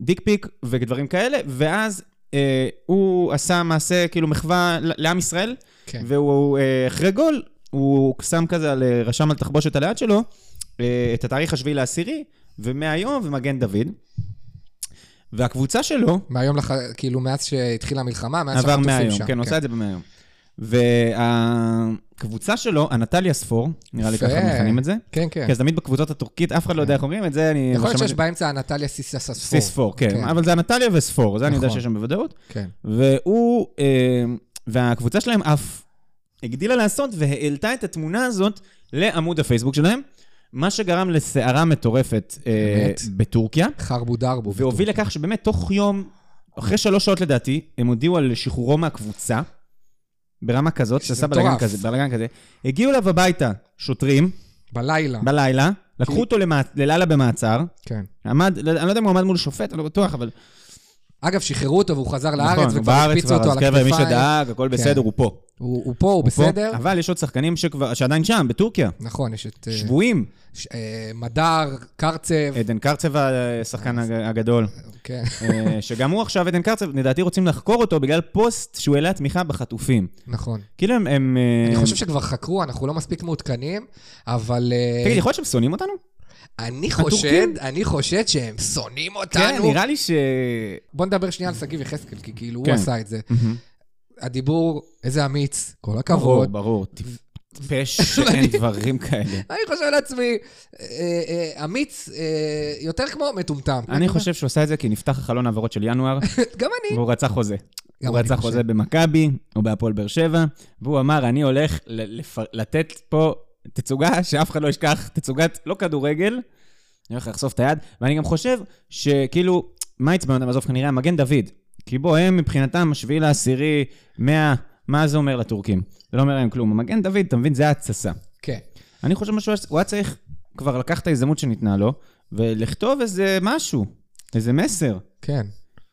דיק פיק ודברים כאלה, ואז אה, הוא עשה מעשה, כאילו, מחווה ל- לעם ישראל, כן. והוא, אה, אחרי גול, הוא שם כזה, על, אה, רשם על תחבושת על היד שלו, אה, את התאריך השביעי לעשירי, ומהיום, ומגן דוד. והקבוצה שלו מהיום לך, כאילו, מאז שהתחילה המלחמה, מאז עבר שהחטופים מהיום, שם. כן, הוא עושה את זה במהיום. והקבוצה הקבוצה שלו, אנטליה ספור, נראה לי יפה. ככה מכנים את זה. כן, כן. כי אז תמיד בקבוצות הטורקית, אף אחד לא יודע איך אומרים את זה, אני... יכול להיות שמעתי- שיש באמצע אנטליה סיסספור. סיספור, כן. אבל זה אנטליה וספור, זה אני יודע נכון. שיש שם בוודאות. כן. והוא, אה, והקבוצה שלהם אף הגדילה לעשות והעלתה את התמונה הזאת לעמוד הפייסבוק שלהם, מה שגרם לסערה מטורפת אה, באמת? בטורקיה, חרבו דרבו. והוביל לכך שבאמת תוך יום, אחרי שלוש שעות לדעתי, הם הודיעו על שחרורו מהקבוצה, ברמה כזאת, שזה שעשה בלאגן מטורף. אה. כזה, בלאגן כזה. הגיעו אליו הביתה שוטרים, בלילה. בלילה, לקחו אותו למע- ללילה במעצר, כן. עמד, לא- אני לא יודע אם הוא עמד מול שופט, אני לא בטוח, אבל... אגב, שחררו אותו והוא חזר לארץ, נכון, וכבר בארץ הקפיצו כבר, אותו אז על חבר'ה, הכתפיים. כן. מי שדאג, הכל בסדר, הוא פה. הוא הוא פה, הוא בסדר. פה, אבל יש עוד שחקנים שכבר, שעדיין שם, בטורקיה. נכון, יש את... אה, שבויים. ש- אה, מדר, קרצב. עדן קרצב השחקן הג- הגדול, כן. אה, שגם הוא עכשיו, עדן קרצב, לדעתי רוצים לחקור אותו בגלל פוסט שהוא העלה תמיכה בחטופים. נכון. כאילו הם... הם, אה, אני חושב שכבר חקרו, אנחנו לא מספיק מעודכנים, אבל... אה, תגיד, יכול להיות שהם שונאים אותנו? אני חושד, הטורקים? אני חושד שהם שונאים כן, אותנו. נראה לי ש... בוא נדבר שנייה על שגיב יחזקאל, כי כאילו הוא כן. עשה את זה. מהמם. הדיבור, איזה אמיץ, כל ברור, הכבוד. ברור. טיפש שאין דברים כאלה. אני חושב לעצמי, אה, אה, אמיץ אה, יותר כמו מטומטם. אני חושב שהוא עשה את זה כי נפתח החלון העברות של ינואר, גם אני. והוא רצה חוזה. גם הוא אני רצה חושב. חוזה במכבי, או בהפועל באר שבע, והוא אמר, אני הולך ל- לפ- לתת פה תצוגה שאף אחד לא ישכח, תצוגת לא כדורגל, אני הולך לחשוף את היד, ואני גם חושב שכאילו, מה עצבן אותם? עזוב, כנראה המגן דוד. כי בו הם מבחינתם, השביעי לעשירי, מאה, מה זה אומר לטורקים? זה לא אומר להם כלום. המגן דוד, אתה מבין, זה התססה. כן. אני חושב משהו, הוא היה צריך כבר לקח את ההזדמנות שניתנה לו, ולכתוב איזה משהו, איזה מסר. כן.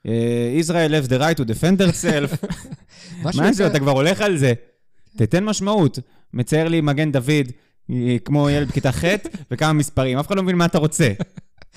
אה, Israel have the right to defend herself, משהו מה זה, יותר- אתה כבר הולך על זה. תתן משמעות. מצייר לי מגן דוד, אה, כמו ילד בכיתה ח' וכמה מספרים. אף אחד לא מבין מה אתה רוצה.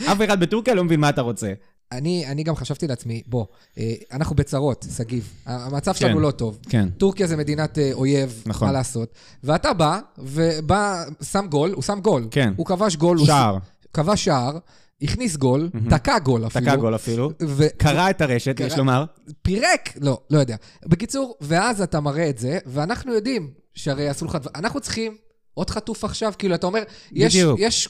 אף אחד בטורקיה לא מבין מה אתה רוצה. אני, אני גם חשבתי לעצמי, בוא, אה, אנחנו בצרות, שגיב. ה- המצב שלנו כן. לא טוב. כן. טורקיה זה מדינת אה, אויב, נכון. מה לעשות. ואתה בא, ובא, שם גול, הוא שם גול. כן. הוא כבש גול. שער. הוא ש- כבש שער, הכניס גול, תקע גול אפילו. תקע גול אפילו. ו- קרע את הרשת, קרע. יש לומר. פירק, לא, לא יודע. בקיצור, ואז אתה מראה את זה, ואנחנו יודעים שהרי עשו לך... דבר- אנחנו צריכים עוד חטוף עכשיו, כאילו, אתה אומר, יש, בדיוק. יש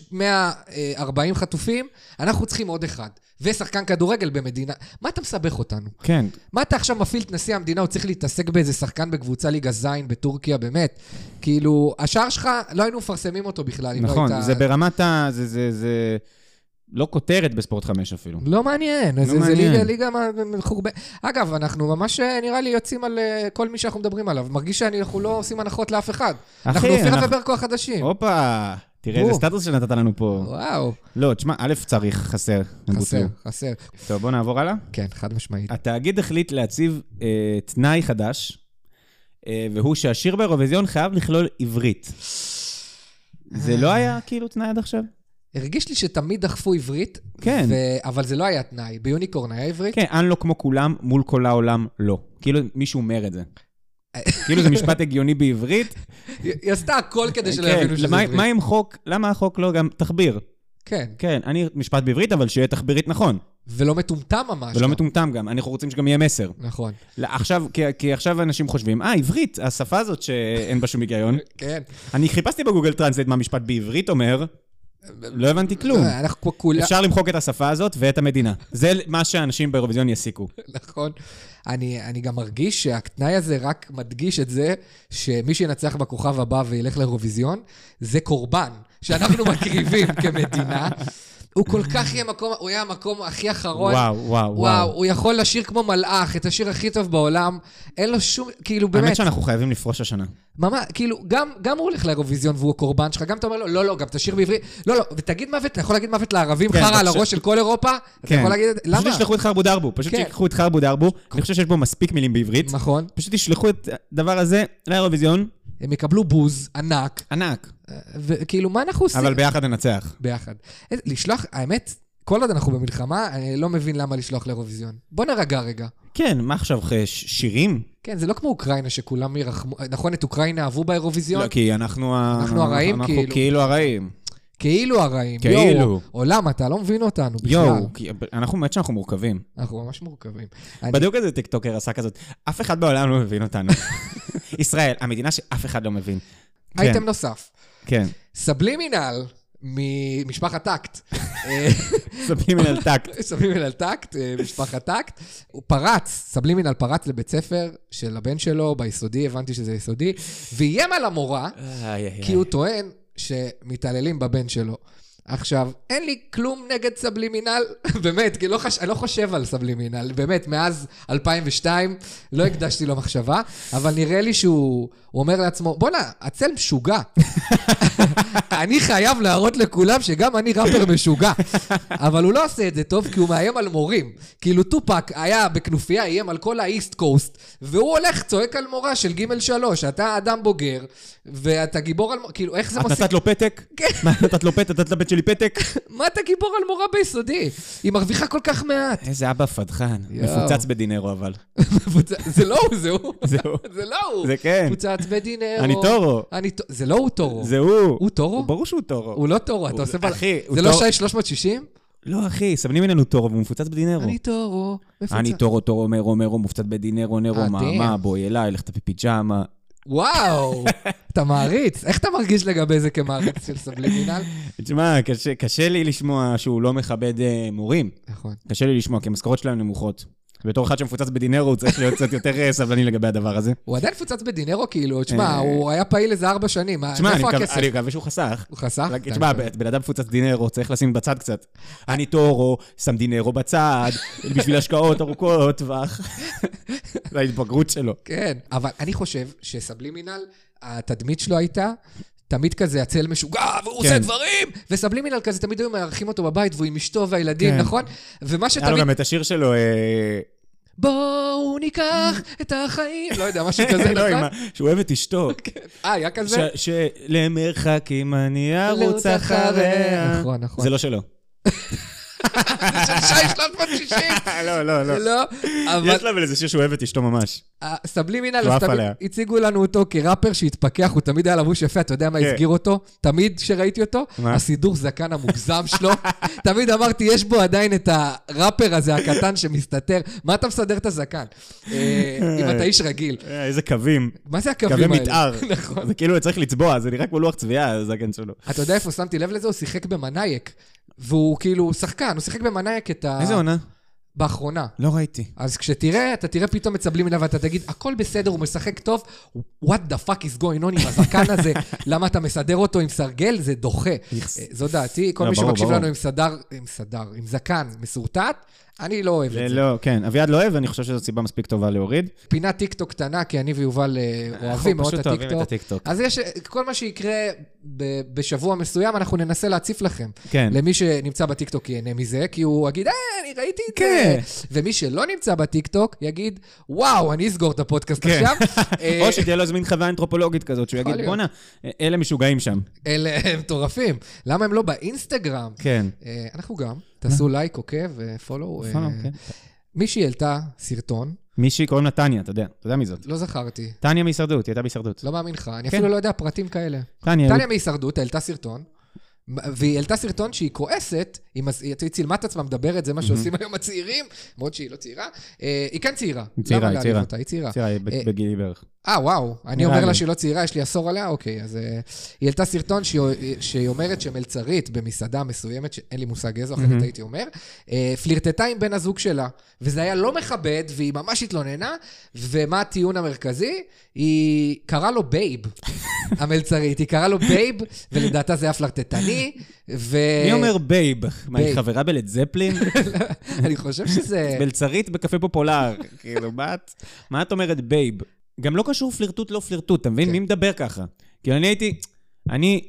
140 חטופים, אנחנו צריכים עוד אחד. ושחקן כדורגל במדינה. מה אתה מסבך אותנו? כן. מה אתה עכשיו מפעיל את נשיא המדינה, הוא צריך להתעסק באיזה שחקן בקבוצה ליגה ז' בטורקיה, באמת? כאילו, השער שלך, לא היינו מפרסמים אותו בכלל, אם לא נכון, הייתה... זה ברמת ה... זה- זה- זה לא כותרת בספורט חמש אפילו. לא מעניין, זה, זה מעניין. ליגה, ליגה מחורבנת. אגב, אנחנו ממש, אה, נראה לי, יוצאים על אה, כל מי שאנחנו מדברים עליו. מרגיש שאנחנו לא עושים הנחות לאף אחד. אחי, אנחנו אופירה אנחנו- וברקו החדשים. הופה, תראה איזה בוא. סטטוס שנתת לנו פה. וואו, לא, תשמע, א' צריך, חסר. הם חסר, בוטלו. חסר. טוב, בוא נעבור הלאה. כן, חד משמעית. התאגיד החליט להציב אה, תנאי חדש, אה, והוא שהשיר באירוויזיון חייב לכלול עברית. זה לא היה כאילו תנאי עד עכשיו? הרגיש לי שתמיד דחפו עברית, כן. ו- אבל זה לא היה תנאי. ביוניקורן היה עברית? כן, אן לא כמו כולם, מול כל העולם לא. כאילו מישהו אומר את זה. כאילו זה משפט הגיוני בעברית. היא היא עשתה הכל כדי שלא כן, יבינו שזה למה- מה עברית. עם חוק? למה החוק לא גם תחביר? כן, כן, אני משפט בעברית, אבל שיהיה תחבירית נכון. ולא מטומטם ממש. ולא גם. מטומטם גם, אנחנו רוצים שגם יהיה מסר. נכון, לא, עכשיו, כי, כי עכשיו אנשים חושבים, אה, עברית, השפה הזאת שאין בה שום היגיון. כן. אני חיפשתי בגוגל טרנסלייט מה משפט בעברית אומר, לא הבנתי כלום. אה, אנחנו כמו כולם, אפשר למחוק את השפה הזאת ואת המדינה. זה מה שאנשים באירוויזיון יסיקו. נכון. אני, אני גם מרגיש שהתנאי הזה רק מדגיש את זה שמי שינצח בכוכב הבא וילך לאירוויזיון, זה קורבן שאנחנו מקריבים כמדינה. הוא כל כך יהיה מקום, הוא יהיה המקום הכי אחרון. וואו, וואו, וואו, וואו. הוא יכול לשיר כמו מלאך, את השיר הכי טוב בעולם. אין לו שום, כאילו האמת באמת, שאנחנו חייבים לפרוש השנה. ממש, כאילו, גם, גם הוא הולך לאירוויזיון והוא הקורבן שלך, גם אתה אומר לו, לא, לא, גם תשיר בעברית, לא, לא, ותגיד מוות, אתה יכול להגיד מוות לערבים, כן, חרא על בבקשה. הראש של כל אירופה? אתה יכול להגיד, את- פשוט למה? ישלחו את חרבו דרבו, פשוט כן. שיקחו את חרבו דרבו, אני חושב שיש בו מספיק מילים בעברית. נכון, פשוט ישלחו את הדבר הזה לאירוויזיון, הם יקבלו בוז ענק, ענק, וכאילו, מה אנחנו עושים? אבל ביחד ננצח. ביחד. איזה- לשלוח, האמת, כל עוד אנחנו במלחמה, אני לא מבין למה לשלוח לאירוויזיון. בוא נרגע רגע. כן, מה עכשיו, ח- ש- שירים? כן, זה לא כמו אוקראינה שכולם ירחמו, נכון, את אוקראינה אהבו באירוויזיון? לא, כי אנחנו ה- אנחנו הרעים, אנחנו כאילו. כאילו הרעים. כאילו הרעים. כאילו. יואו, עולם, אתה לא מבין אותנו בכלל. יואו, כי- אנחנו, באמת שאנחנו מורכבים. אנחנו ממש מורכבים. אני- בדיוק איזה טיקטוקר עשה כזאת, אף אחד בעולם לא מבין אותנו. ישראל, המדינה שאף אחד לא מבין. אייטם נוסף. כן, סבלימינל ממשפחת טקט. אה, ספים על טקט. סבלימינל טקט, אה, משפחת טקט. הוא פרץ, סבלימינל פרץ לבית ספר של הבן שלו ביסודי, הבנתי שזה יסודי, ואיים על המורה, אה, כי הוא טוען שמתעללים בבן שלו. עכשיו, אין לי כלום נגד סבלימינל, באמת, כי לא חש... אני לא חושב על סבלימינל, באמת, מאז 2002 לא הקדשתי לו מחשבה, אבל נראה לי שהוא הוא אומר לעצמו, בואנה, הצל משוגע. אני חייב להראות לכולם שגם אני ראפר משוגע. אבל הוא לא עושה את זה טוב, כי הוא מאיים על מורים. כאילו, טופק היה בכנופיה, איים על כל האיסט קוסט, והוא הולך, צועק על מורה של ג' שלוש, אתה אדם בוגר, ואתה גיבור על... מ- כאילו, איך זה את מוסיף נתת לו פתק? כן. מה, נתת לו פתק? נתת לבן שלי פתק? מה אתה גיבור על מורה ביסודי? היא מרוויחה כל כך מעט. איזה אבא פדחן. יואו. מפוצץ בדינרו אבל. זה לא הוא, זה הוא. זה הוא. זה לא הוא. זה כן. פוצץ בדינרו. אני טורו. אני ט- זה לא הוא טורו. זה הוא. הוא טורו? ברור שהוא טורו. הוא לא טורו, אתה הוא- עושה... בל- אחי, הוא זה לא טורו. שי 360? לא, אחי, סמנים אלינו טורו והוא מפוצץ בדינרו. אני טורו. מפוצץ. אני טורו, טורו, מרו, מרו, מופצץ בדינרו, נרו, אה, מה, damn. מה, בואי אליי, לך תביא פיג'מה. וואו, אתה מעריץ. איך אתה מרגיש לגבי זה כמעריץ של סבלימינל? תשמע, קשה- קשה לי לשמוע שהוא לא מכבד אה, מורים. נכון. קשה לי לשמוע, כי המשכורות שלהם נמוכות. בתור אחד שמפוצץ בדינרו, הוא צריך להיות קצת יותר אה, סבלני לגבי הדבר הזה. הוא עדיין פוצץ בדינרו, כאילו, תשמע, אה. הוא היה פעיל איזה ארבע שנים. מה- תשמע, אני מאיפה מקו- הכסף? אה, אני מקווה שהוא חסך. הוא חסך? רק, תשמע, בן אדם מפוצץ דינרו, צריך לשים בצד קצת. אני טורו, שם דינרו בצד, בשביל השקעות ארוכות טווח. זה ההתבגרות שלו. כן, אבל אני חושב שסבלימינל, התדמית שלו הייתה תמיד כזה הצל משוגע, והוא כן. עושה דברים! וסבלימינל כזה, תמיד היו מארחים אותו בבית, והוא עם אשתו והילדים, כן. נכון? ומה היה לו שתמיד... גם את השיר שלו, אה, בואו ניקח את החיים, לא יודע, משהו כזה, לא, עם נכון? ה- שהוא אוהב את אשתו. אה, היה כזה? ש- שלמרחקים אני ארוץ אחריה. נכון, נכון. זה לא שלו. של שי 360! לא, לא, לא. לא, אבל יש לו אבל איזה שיר שהוא אוהב את אשתו ממש. הסבלימינל, שהוא אז עף תמיד עליה. הציגו לנו אותו כראפר שהתפכח, הוא תמיד היה לבוש יפה, אתה יודע מה כן. הסגיר אותו? תמיד כשראיתי אותו, מה? הסידור זקן המוגזם שלו. תמיד אמרתי, יש בו עדיין את הראפר הזה הקטן שמסתתר, מה אתה מסדר את הזקן? אה, אם אתה איש רגיל. אה, איזה קווים. מה זה קווי הקווים האלה? מתאר. נכון. אה. זה כאילו צריך לצבוע, זה נראה כמו לוח צביעה, הזקן שלו. אתה יודע איפה שמתי לב לזה? הוא שיחק במנאייק. והוא כאילו שחקן, הוא שיחק במנאייק את ה... איזה עונה? באחרונה. לא ראיתי. אז כשתראה, אתה תראה פתאום את סבלימינל ואתה תגיד, הכל בסדר, הוא משחק טוב, what the fuck is going on עם הזקן הזה, למה אתה מסדר אותו עם סרגל? זה דוחה. איכס. אה, זו דעתי, כל לא, מי ברור, שמקשיב ברור. לנו עם סדר, עם סדר, עם זקן מסורטט, אני לא אוהב את זה. לא, כן, אביעד לא אוהב, אני חושב שזו סיבה מספיק טובה להוריד. פינת טיקטוק קטנה, כי אני ויובל אה, אוהבים מאוד את הטיקטוק. הטיקטוק. אז יש, כל מה שיקרה ב- בשבוע מסוים, אנחנו ננסה להציף לכם. כן. למי שנמצא בטיקטוק ייהנה מזה, כי הוא יגיד, אה, אני ראיתי את כן. זה. ומי שלא נמצא בטיקטוק יגיד, וואו, אני אסגור את הפודקאסט כן. עכשיו. אה, או שתהיה לו איזה מין חוויה אנתרופולוגית כזאת, שהוא יכול יגיד, להיות. בואנה, אלה משוגעים שם. אלה הם מטורפים. למה הם לא באינסטגרם? כן. אה, אנחנו גם, תעשו לייק, עוקב, ופולו. אה, פאלו, כן. מישהי העלתה סרטון, מישהי קוראים לה טניה, אתה יודע, אתה יודע מי זאת. לא זכרתי, טניה מהישרדות, היא הייתה בהישרדות. לא מאמין לך, אני כן. אפילו לא יודע פרטים כאלה. טניה, טליה מהישרדות העלתה סרטון, והיא העלתה סרטון שהיא כועסת, היא מז- היא צילמה את עצמה מדברת, זה מה שעושים היום הצעירים, למרות שהיא לא צעירה. אה, היא כן צעירה. היא צעירה, למה היא להעליב צעירה. אותה? היא צעירה. תראה, היא אה, ב- בגילי בערך. אה, וואו, אני נראה אומר לה לי. שהיא לא צעירה, יש לי עשור עליה? אוקיי, אז אה, היא העלתה סרטון שהיא- שהיא אומרת שמלצרית במסעדה מסוימת, שאין לי מושג איזו, אחרת הייתי אומר, אה, פלירטטה עם בן הזוג שלה, וזה היה לא מכבד, והיא ממש התלוננה, ומה הטיעון המרכזי? היא קראה לו בייב, המלצרית, היא קראה לו בייב, ולדעתה זה היה פלרטטני, ו... מי אומר בייב? מה, היא אה, בייב. חברה בלד זפלין? אני חושב שזה... מלצרית בקפה פופולר. כאילו, מה את- מה את אומרת בייב? גם לא קשור פלירטוט, לא פלירטוט, אתה מבין? כן. מי מדבר ככה? כאילו, אני הייתי... אני...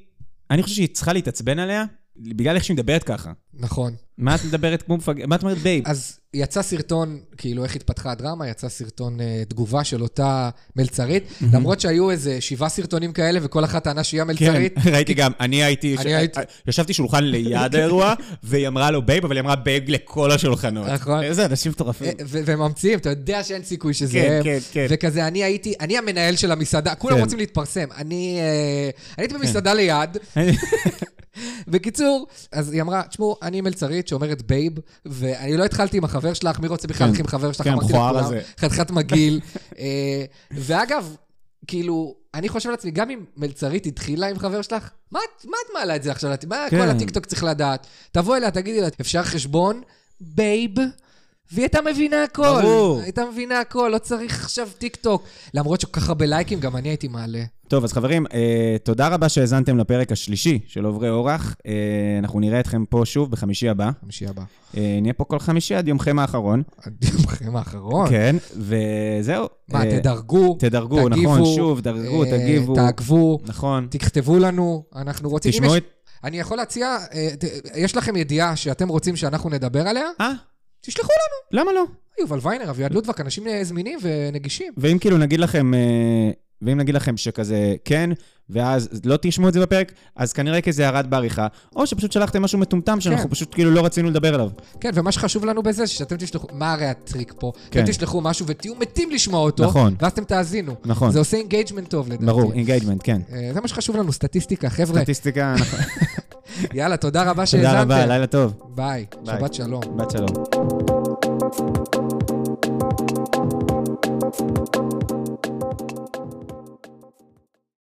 אני חושב שהיא צריכה להתעצבן עליה, בגלל איך שהיא מדברת ככה. נכון. מה את מדברת כמו מפגר? מה את אומרת בייב? אז יצא סרטון, כאילו, איך התפתחה הדרמה, יצא סרטון אה, תגובה של אותה מלצרית, למרות שהיו איזה שבעה סרטונים כאלה, וכל אחת טענה שהיא המלצרית. כן, ראיתי גם, אני הייתי, אה, אני הייתי- ישבתי שולחן ליד האירוע, והיא אמרה לו בייב, אבל היא אמרה בייב לכל השולחנות. נכון. איזה אנשים אה, מטורפים. ו- וממציאים, אתה יודע שאין סיכוי שזה כן, הם. כן, כן. וכזה, אני הייתי, אני המנהל של המסעדה, כולם כן. רוצים להתפרסם. אני אה, אני הייתי במסעדה ליד, בקיצור, אז היא אמרה, תשמעו, אני מלצרית שאומרת בייב, ואני לא התחלתי עם החבר שלך, מי רוצה בכלל להתחיל עם חבר שלך? כן, אמרתי המכוער לכולם, הזה. חתיכת מגעיל. אה, ואגב, כאילו, אני חושב לעצמי, גם אם מלצרית התחילה עם חבר שלך, מה, את- מה את מעלה את זה עכשיו? מה כן. כל הטיקטוק צריך לדעת? תבוא אליה, תגידי לה, אפשר חשבון? בייב. והיא הייתה מבינה הכל. ברור. הייתה מבינה הכל, לא צריך עכשיו טיקטוק. למרות שכל כך הרבה לייקים, גם אני הייתי מעלה. טוב, אז חברים, אה, תודה רבה שהאזנתם לפרק השלישי של עוברי אורח. אה, אנחנו נראה אתכם פה שוב בחמישי הבא. חמישי הבא. אה, נהיה פה כל חמישי עד יומכם האחרון. עד יומכם האחרון. כן, וזהו. נכון. מה, אה, תדרגו, תדרגו, תגיבו, נכון, שוב, דרגו, אה, תגיבו. תעקבו, נכון. תכתבו לנו, אנחנו רוצים... תשמעו אם את... יש- אני יכול להציע, אה, ת- יש לכם ידיעה שאתם רוצים שאנחנו נדבר עליה? אה, תשלחו לנו. למה לא? יובל ויינר, אביעד לודבק, אנשים אה, זמינים ונגישים. ואם כאילו נגיד לכם, אה, ואם נגיד לכם שכזה כן, ואז לא תשמעו את זה בפרק, אז כנראה כי זה ירד בעריכה, או שפשוט שלחתם משהו מטומטם שאנחנו כן. פשוט כאילו לא רצינו לדבר עליו. כן, ומה שחשוב לנו בזה, שאתם תשלחו, מה הרי הטריק פה? כן. אתם תשלחו משהו ותהיו מתים לשמוע אותו, נכון. ואז אתם תאזינו. נכון. זה עושה אינגייג'מנט טוב לדעתי. ברור, אינגייג'מנט, כן. אה, זה מה שחשוב לנו, סטטיסטיקה, חבר'ה. סטטיסטיקה, נכון. יאללה, תודה רבה תודה רבה, שהאזנתם. לילה טוב. ביי. ביי. שבת שלום. בת שלום.